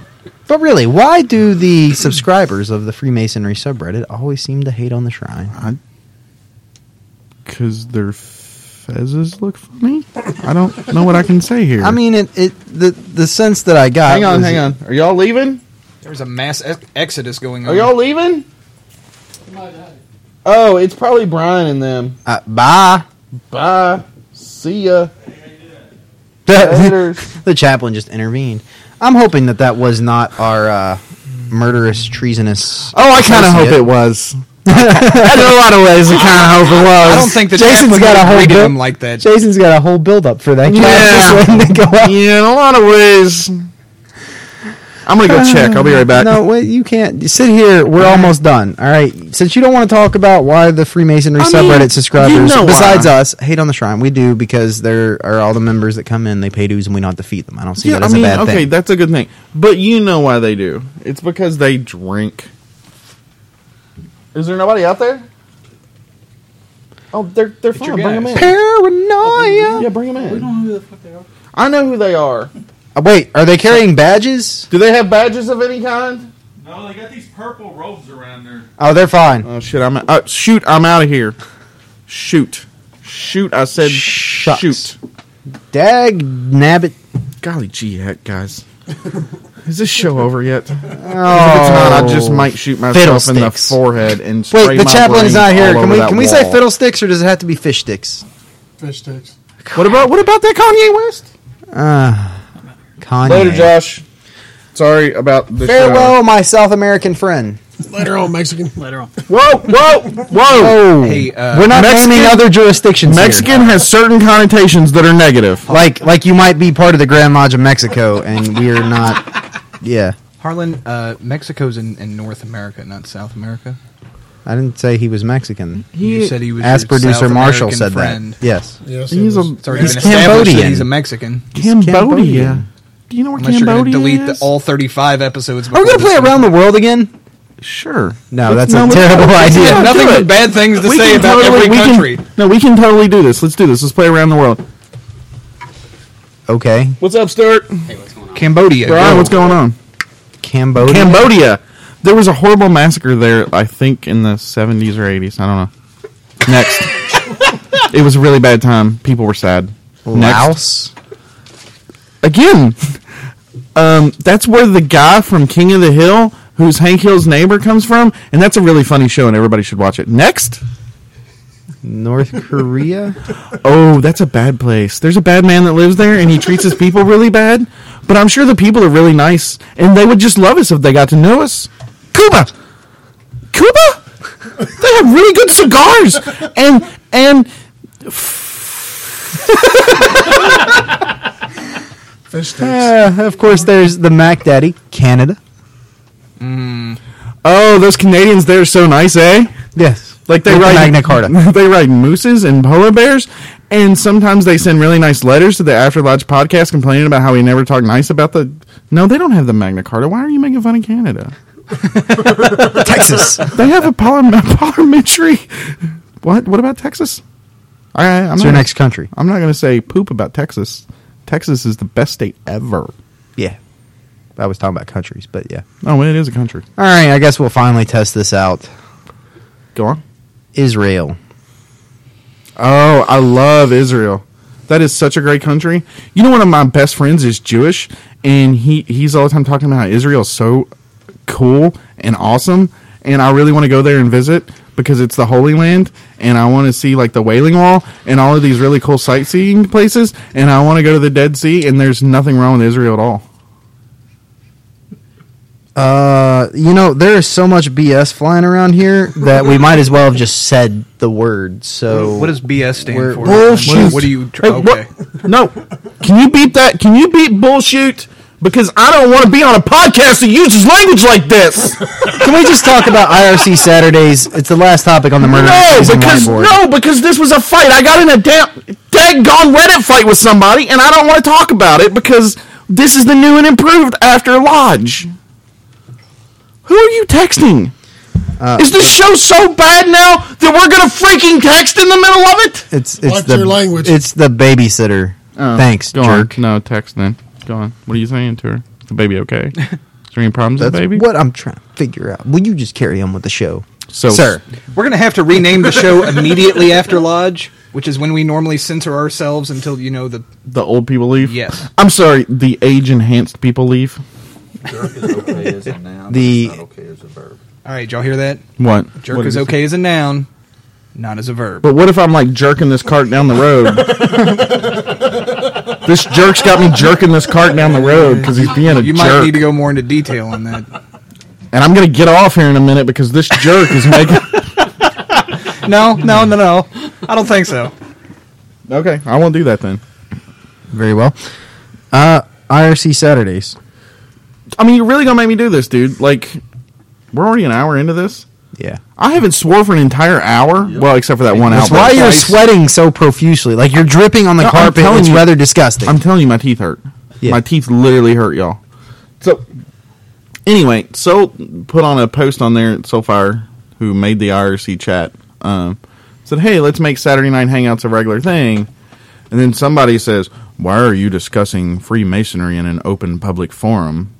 Speaker 1: but really, why do the subscribers of the Freemasonry subreddit always seem to hate on the shrine?
Speaker 4: Because their fezzes look funny? I don't know what I can say here.
Speaker 1: I mean, it, it the the sense that I got. was-
Speaker 4: Are y'all leaving?
Speaker 5: There was a mass ex- exodus going on.
Speaker 4: leaving? Oh, it's probably Brian and them.
Speaker 1: Uh, bye.
Speaker 4: Bye. See ya.
Speaker 1: the chaplain just intervened. I'm hoping that that was not our uh, murderous, treasonous.
Speaker 4: Oh, I kind of hope
Speaker 1: associate.
Speaker 4: it was. In a lot of ways, I kind of hope it was.
Speaker 5: I don't think the
Speaker 1: Jason's
Speaker 5: chaplain
Speaker 1: got a
Speaker 5: would have
Speaker 1: whole
Speaker 5: greeted
Speaker 1: bill-
Speaker 5: him like that.
Speaker 1: Jason's got a whole build-up for that.
Speaker 4: Yeah.
Speaker 1: When they go out.
Speaker 4: Yeah, in a lot of ways. I'm gonna go check. I'll be right back.
Speaker 1: No, wait, you can't. You sit here. We're almost done. All right. Since you don't want to talk about why the Freemasonry
Speaker 4: I mean,
Speaker 1: subreddit
Speaker 4: you
Speaker 1: subscribers,
Speaker 4: know
Speaker 1: besides
Speaker 4: why.
Speaker 1: us, hate on the shrine. We do because there are all the members that come in. They pay dues and we not defeat them. I don't see that as a bad
Speaker 4: okay,
Speaker 1: thing.
Speaker 4: that's a good thing. But you know why they do? It's because they drink. Is there nobody out there? Oh, they're they're fine. Bring them in.
Speaker 1: Paranoia.
Speaker 4: Yeah, bring them in. We don't know who the fuck they are. I know who they are.
Speaker 1: Uh, Wait, are they carrying badges?
Speaker 4: Do they have badges of any kind?
Speaker 10: No, they got these purple robes around there.
Speaker 1: Oh, they're fine.
Speaker 4: Oh shit! I'm uh, shoot. I'm out of here. Shoot, shoot! I said
Speaker 1: Shucks.
Speaker 4: shoot.
Speaker 1: Dag nabbit.
Speaker 4: Golly gee, heck, guys.
Speaker 10: Is this show over yet? If it's not,
Speaker 1: Oh.
Speaker 10: I just might shoot myself in the
Speaker 1: Fiddlesticks.
Speaker 10: forehead and spray
Speaker 1: Wait, the
Speaker 10: my
Speaker 1: chaplain's
Speaker 10: brains
Speaker 1: not here.
Speaker 10: all
Speaker 1: Can
Speaker 10: over
Speaker 1: we
Speaker 10: that
Speaker 1: can we say
Speaker 10: wall.
Speaker 1: fiddlesticks or does it have to be fish sticks?
Speaker 2: Fish sticks.
Speaker 10: What about what about that Kanye West?
Speaker 1: Kanye.
Speaker 10: Later, Josh. Sorry about the
Speaker 1: Farewell, my South American friend.
Speaker 2: Later on, Mexican.
Speaker 11: Later on.
Speaker 10: Show. Whoa, whoa, whoa!
Speaker 1: Oh,
Speaker 5: Hey, uh,
Speaker 1: we're not
Speaker 10: Mexican-
Speaker 1: naming other jurisdictions. here.
Speaker 10: Mexican has certain connotations that are negative.
Speaker 1: like like you might be part of the Grand Lodge of Mexico, and we are not. Yeah,
Speaker 5: Harlan, uh, Mexico's in, in North America, not South America.
Speaker 1: I didn't say he was Mexican.
Speaker 5: you said he was
Speaker 1: As
Speaker 5: your
Speaker 1: producer
Speaker 5: South
Speaker 1: Marshall
Speaker 5: American
Speaker 1: said
Speaker 5: friend.
Speaker 1: that. Yes,
Speaker 2: Yes,
Speaker 10: He's
Speaker 2: it was.
Speaker 10: a
Speaker 5: It's already
Speaker 1: He's
Speaker 5: been established that
Speaker 1: Cambodian.
Speaker 5: he's a Mexican.
Speaker 1: Cambodia.
Speaker 10: Cambodia. Do you know where
Speaker 5: Unless
Speaker 10: Cambodia
Speaker 5: you're going to delete
Speaker 10: is?
Speaker 5: the, all 35 episodes.
Speaker 1: are we gonna
Speaker 5: before
Speaker 1: play
Speaker 5: this
Speaker 1: around the world again?
Speaker 10: sure.
Speaker 1: No,
Speaker 10: Let's-
Speaker 1: that's a
Speaker 10: let's-
Speaker 1: terrible
Speaker 10: let's
Speaker 1: idea.
Speaker 10: not do
Speaker 5: Nothing
Speaker 10: it.
Speaker 5: but bad things to
Speaker 10: We
Speaker 5: say
Speaker 10: can
Speaker 5: about
Speaker 10: totally-
Speaker 5: every
Speaker 10: we can-
Speaker 5: country.
Speaker 10: no, we can totally do this. Let's do this. Let's play around the world.
Speaker 1: Okay,
Speaker 10: What's up, Stuart?
Speaker 5: one. Cambodia.
Speaker 10: Brian,
Speaker 5: go.
Speaker 10: what's going on?
Speaker 1: Cambodia.
Speaker 10: Cambodia. There was a horrible massacre there, I think, in the 70s or 80s. I don't know. Next. it was a really bad time. People were sad. Next.
Speaker 1: Laos.
Speaker 10: Again. Um, that's where the guy from King of the Hill, who's Hank Hill's neighbor, comes from. And that's a really funny show, and everybody should watch it. Next.
Speaker 1: North Korea.
Speaker 10: Oh, that's a bad place. There's a bad man that lives there, and he treats his people really bad. But I'm sure the people are really nice, and they would just love us if they got to know us. Cuba, Cuba, they have really good cigars, and and
Speaker 2: Fish sticks.
Speaker 1: Uh, of course, there's the Mac Daddy, Canada.
Speaker 10: oh, those Canadians, they're so nice, eh?
Speaker 1: Yes,
Speaker 10: Like they
Speaker 1: With the
Speaker 10: ride
Speaker 1: Magna Carta.
Speaker 10: they ride mooses and polar bears, and sometimes they send really nice letters to the After Lodge podcast complaining about how we never talk nice about the. No, they don't have the Magna Carta. Why are you making fun of Canada?
Speaker 1: Texas.
Speaker 10: They have a parliament- parliamentary. What? What about Texas? All right, I'm
Speaker 1: It's
Speaker 10: not,
Speaker 1: your next country.
Speaker 10: I'm not going to say poop about Texas. Texas is the best state ever.
Speaker 1: Yeah, I was talking about countries, but yeah.
Speaker 10: Oh, well, it is a country.
Speaker 1: All right, I guess we'll finally test this out.
Speaker 10: Go on.
Speaker 1: Israel.
Speaker 10: Oh, I love Israel. That is such a great country. You know, one of my best friends is Jewish, and he he's all the time talking about how Israel's so cool and awesome, and I really want to go there and visit because it's the Holy Land, and I want to see like the Wailing Wall and all of these really cool sightseeing places, and I want to go to the Dead Sea, and there's nothing wrong with Israel at all.
Speaker 1: Uh, you know, there is so much BS flying around here that we might as well have just said the word. So
Speaker 5: What does BS stand
Speaker 1: We're-
Speaker 5: for?
Speaker 10: Bullshit.
Speaker 5: What, what do you? Tr-
Speaker 10: Hey,
Speaker 5: okay.
Speaker 10: what- No. Can you beat that? Can you beat bullshit? Because I don't want to be on a podcast that uses language like this.
Speaker 1: Can we just talk about IRC Saturdays? It's the last topic on the murder
Speaker 10: No,
Speaker 1: Season
Speaker 10: because
Speaker 1: whiteboard.
Speaker 10: no, because this was a fight. I got in a damn daggone Reddit fight with somebody, and I don't want to talk about it because this is the new and improved After Lodge. Who are you texting? is this show so bad now that we're gonna freaking text in the middle of it?
Speaker 1: It's it's
Speaker 2: Watch
Speaker 1: the
Speaker 2: your language.
Speaker 1: it's the babysitter. Thanks, jerk.
Speaker 10: No, text then. Go on. What are you saying to her? Is the baby okay? Is there any problems
Speaker 1: That's what I'm trying to figure out. Will you just carry on with the show,
Speaker 10: So-
Speaker 1: sir?
Speaker 5: We're gonna have to rename the show immediately after Lodge, which is when we normally censor ourselves until you know the
Speaker 10: The old people leave?
Speaker 5: yes.
Speaker 10: I'm sorry, the age enhanced people leave?
Speaker 6: Jerk is okay as a noun.
Speaker 1: The-
Speaker 6: it's not okay as a verb.
Speaker 5: All right, y'all hear that?
Speaker 10: What?
Speaker 5: Jerk
Speaker 10: What
Speaker 5: is
Speaker 10: it?
Speaker 5: okay as a noun, not as a verb.
Speaker 10: But what if I'm like jerking this cart down the road? this jerk's got me jerking this cart down the road because he's being a
Speaker 5: you
Speaker 10: jerk.
Speaker 5: might need to go more into detail on that.
Speaker 10: and I'm going to get off here in a minute because this jerk is making.
Speaker 5: No, no, no, no. I don't think so.
Speaker 10: okay, I won't do that then.
Speaker 1: Very well. Uh, IRC Saturdays.
Speaker 10: I mean, you're really going to make me do this, dude. Like, we're already an hour into this.
Speaker 1: Yeah.
Speaker 10: I haven't swore for an entire hour. Well, except for that one
Speaker 1: That's
Speaker 10: hour.
Speaker 1: why you're
Speaker 5: Twice.
Speaker 1: sweating so profusely. Like you're dripping on the
Speaker 10: No, I'm
Speaker 1: carpet.
Speaker 10: telling
Speaker 1: It's
Speaker 10: you.
Speaker 1: rather disgusting.
Speaker 10: I'm telling you, my teeth hurt.
Speaker 1: Yeah.
Speaker 10: My teeth literally hurt, y'all. So, anyway, so put on a post on there at Soulfire, who made the IRC chat, um, said, "Hey, let's make Saturday night hangouts a regular thing." And then somebody says, "Why are you discussing Freemasonry in an open public forum?"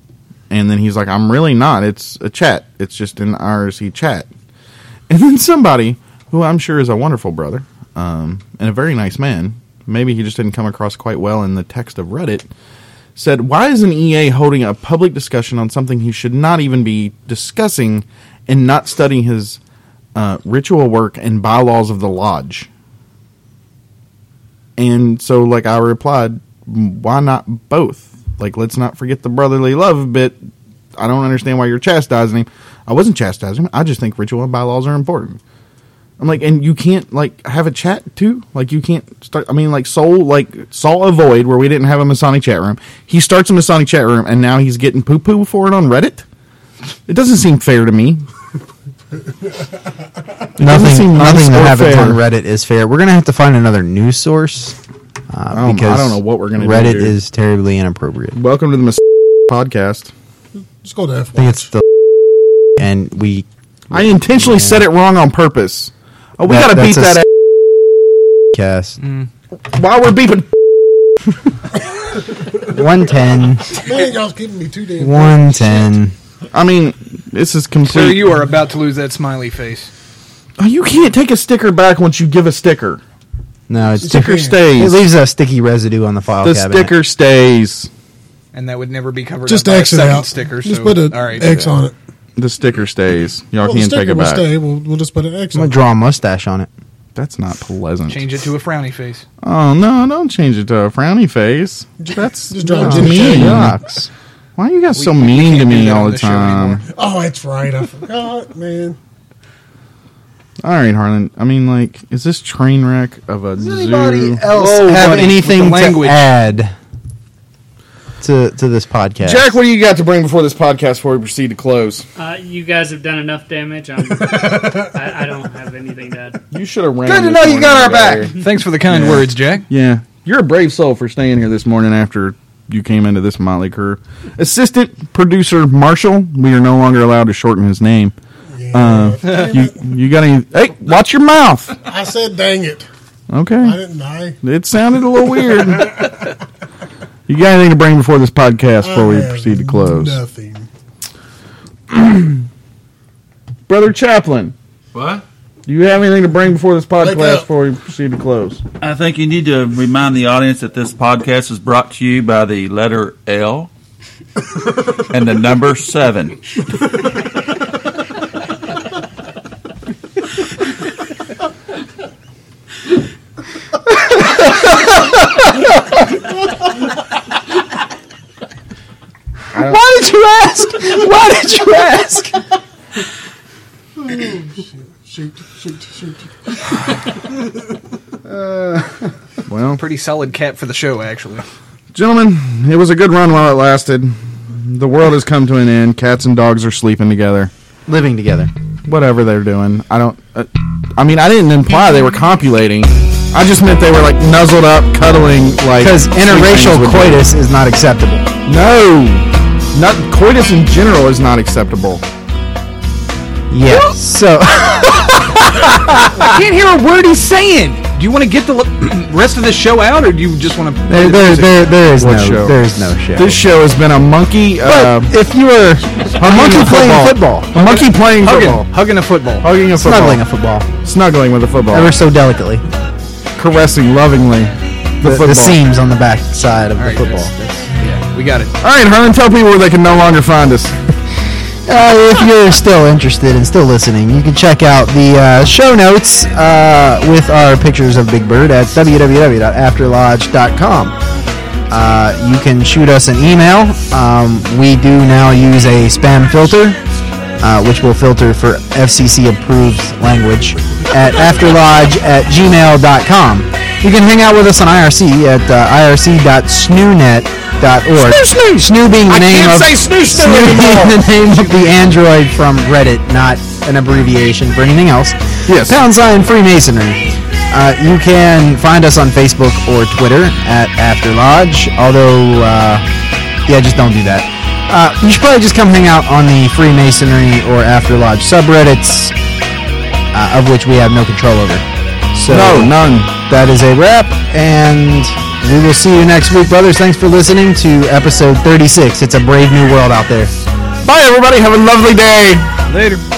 Speaker 10: And then he's like, "I'm really not. It's a chat. It's just an IRC chat." And then somebody who I'm sure is a wonderful brother um, and a very nice man, maybe he just didn't come across quite well in the text of Reddit, said, Why is an EA holding a public discussion on something he should not even be discussing and not studying his uh, ritual work and bylaws of the lodge? And so, like, I replied, Why not both? Like, let's not forget the brotherly love bit. I don't understand why you're chastising him. I wasn't chastising him. I just think ritual and bylaws are important. I'm like, and you can't like have a chat too. Like you can't start. I mean, like Soul like saw a void where we didn't have a Masonic chat room. He starts a Masonic chat room, and now he's getting poo poo for it on Reddit. It doesn't seem fair to me. It doesn't
Speaker 1: Nothing,
Speaker 10: seem nice
Speaker 1: nothing
Speaker 10: or
Speaker 1: that happens
Speaker 10: fair.
Speaker 1: on Reddit is fair. We're gonna have to find another news source uh,
Speaker 10: Um, I
Speaker 1: because
Speaker 10: don't know what we're gonna do
Speaker 1: Reddit
Speaker 10: here.
Speaker 1: is terribly inappropriate. I
Speaker 10: Welcome to the Mas- podcast.
Speaker 2: Just go to F
Speaker 1: think it's the and we
Speaker 10: I intentionally said it wrong on purpose. Oh, we
Speaker 1: That-
Speaker 10: gotta beat
Speaker 1: that's a
Speaker 10: that.
Speaker 1: s-
Speaker 10: ass
Speaker 1: cast
Speaker 10: while we're beeping.
Speaker 1: one ten
Speaker 2: Man, y'all's keeping me too damn.
Speaker 1: one ten.
Speaker 10: I mean, this is complete.
Speaker 5: So you are about to lose that smiley face.
Speaker 10: Oh, you can't take a sticker back once you give a sticker.
Speaker 1: No, it's sticker.
Speaker 10: Sticker
Speaker 1: It
Speaker 10: stays.
Speaker 1: leaves a sticky residue on the file
Speaker 10: the
Speaker 1: cabinet.
Speaker 10: sticker stays.
Speaker 5: And that would never be covered
Speaker 2: Just
Speaker 5: up by a
Speaker 2: X it
Speaker 5: second
Speaker 2: out.
Speaker 5: sticker.
Speaker 2: just
Speaker 5: so,
Speaker 2: put an
Speaker 5: all right,
Speaker 2: X on it.
Speaker 10: The sticker stays. Y'all
Speaker 2: Well, the
Speaker 10: can't take
Speaker 2: sticker
Speaker 10: it
Speaker 2: will
Speaker 10: back.
Speaker 2: stay. We'll, we'll just put an X
Speaker 1: I'm
Speaker 2: on
Speaker 1: gonna
Speaker 2: it.
Speaker 1: draw a mustache on it.
Speaker 10: That's not pleasant.
Speaker 5: Change it to a frowny face.
Speaker 10: Oh no! Don't change it to a frowny face. That's
Speaker 2: just draw
Speaker 10: no,
Speaker 2: a Jimmy
Speaker 10: mean.
Speaker 2: Jane.
Speaker 10: Yucks. Why are you guys so
Speaker 5: we
Speaker 10: mean
Speaker 5: can't
Speaker 10: to
Speaker 5: do
Speaker 10: me
Speaker 5: that
Speaker 10: all
Speaker 5: on
Speaker 10: the
Speaker 5: the show
Speaker 10: time?
Speaker 5: anymore.
Speaker 2: Oh, that's right. I forgot, man.
Speaker 10: All right, Harlan. I mean, like, is this train wreck of a zoo?
Speaker 1: Anybody else
Speaker 5: Whoa,
Speaker 1: have
Speaker 5: buddy,
Speaker 1: anything
Speaker 5: with the
Speaker 1: to
Speaker 5: language.
Speaker 1: add to to this podcast?
Speaker 10: Jack, what do you got to bring before this podcast before we proceed to close?
Speaker 7: Uh, you guys have done enough damage. I'm, I, I don't have anything to add.
Speaker 10: You should have ran.
Speaker 5: Good to
Speaker 10: this
Speaker 5: know you
Speaker 10: morning,
Speaker 5: got our
Speaker 10: brother.
Speaker 5: back. Thanks for the kind words, Jack.
Speaker 10: Yeah, you're a brave soul for staying here this morning after you came into this motley crew. Assistant producer Marshall, we are no longer allowed to shorten his name. Uh, you you got any? Hey, watch your mouth.
Speaker 2: I said, dang it. I
Speaker 10: Okay,
Speaker 2: didn't I.
Speaker 10: it sounded a little weird. You got anything to bring before this podcast before
Speaker 1: Oh,
Speaker 10: we
Speaker 2: I have
Speaker 10: proceed to close,
Speaker 2: Nothing.
Speaker 10: brother Chaplin?
Speaker 6: What?
Speaker 10: Do you have anything to bring before this podcast
Speaker 2: up.
Speaker 10: before we proceed to close?
Speaker 6: I think you need to remind the audience that this podcast is brought to you by the letter L and the number seven.
Speaker 5: Why did you ask? Why did you ask?
Speaker 2: Shoot, shoot, shoot.
Speaker 10: Well,
Speaker 5: Pretty solid cap for the show, actually.
Speaker 10: Gentlemen, it was a good run while it lasted. The world has come to an end. Cats and dogs are sleeping together.
Speaker 1: Living together.
Speaker 10: Whatever they're doing, I don't. Uh, I mean, I didn't imply they were copulating. I just meant they were like nuzzled up, cuddling, like
Speaker 1: Because interracial
Speaker 10: sleeping would be-
Speaker 1: coitus is not acceptable.
Speaker 10: No, not coitus in general is not acceptable.
Speaker 1: Yeah. So
Speaker 5: I can't hear a word he's saying. Do you want to get the l- rest of the show out, or do you just want to?
Speaker 1: there, there, there, there is no
Speaker 10: What show?
Speaker 1: there is no show.
Speaker 10: This show has been a monkey. Uh,
Speaker 1: but if you were a monkey playing football,
Speaker 10: a monkey playing
Speaker 5: hugging,
Speaker 10: football,
Speaker 5: hugging a football.
Speaker 10: hugging a football,
Speaker 1: snuggling a football,
Speaker 10: snuggling with a football,
Speaker 1: ever so delicately,
Speaker 10: caressing lovingly
Speaker 1: the,
Speaker 10: football.
Speaker 1: the seams on the back side of
Speaker 5: All
Speaker 1: the
Speaker 5: right,
Speaker 1: football.
Speaker 5: that's- that's- yeah, we got it.
Speaker 10: All right, Herman, tell people where they can no longer find us.
Speaker 1: Uh, if you're still interested and still listening, you can check out the uh, show notes uh, with our pictures of Big Bird at www.afterlodge.com. Uh, you can shoot us an email. Um, we do now use a spam filter, uh, which will filter for FCC approved language at afterlodge at gmail.com. You can hang out with us on IRC at uh, irc.snoonet.org. Snoo, snoo being the
Speaker 10: I
Speaker 1: name
Speaker 10: can't
Speaker 1: of
Speaker 10: say snoo snoo
Speaker 1: Snoo
Speaker 10: anymore.
Speaker 1: being the name of the android from Reddit, not an abbreviation for anything else.
Speaker 10: Yes.
Speaker 1: Pound sign Freemasonry. Uh, you can find us on Facebook or Twitter at After Lodge. Although, uh, yeah, just don't do that. Uh, you should probably just come hang out on the Freemasonry or After Lodge subreddits, uh, of which we have no control over. So
Speaker 10: No, none.
Speaker 1: that is a wrap, and we will see you next week, brothers. Thanks for listening to episode 36. It's a brave new world out there.
Speaker 10: Bye, everybody. Have a lovely day.
Speaker 5: Later.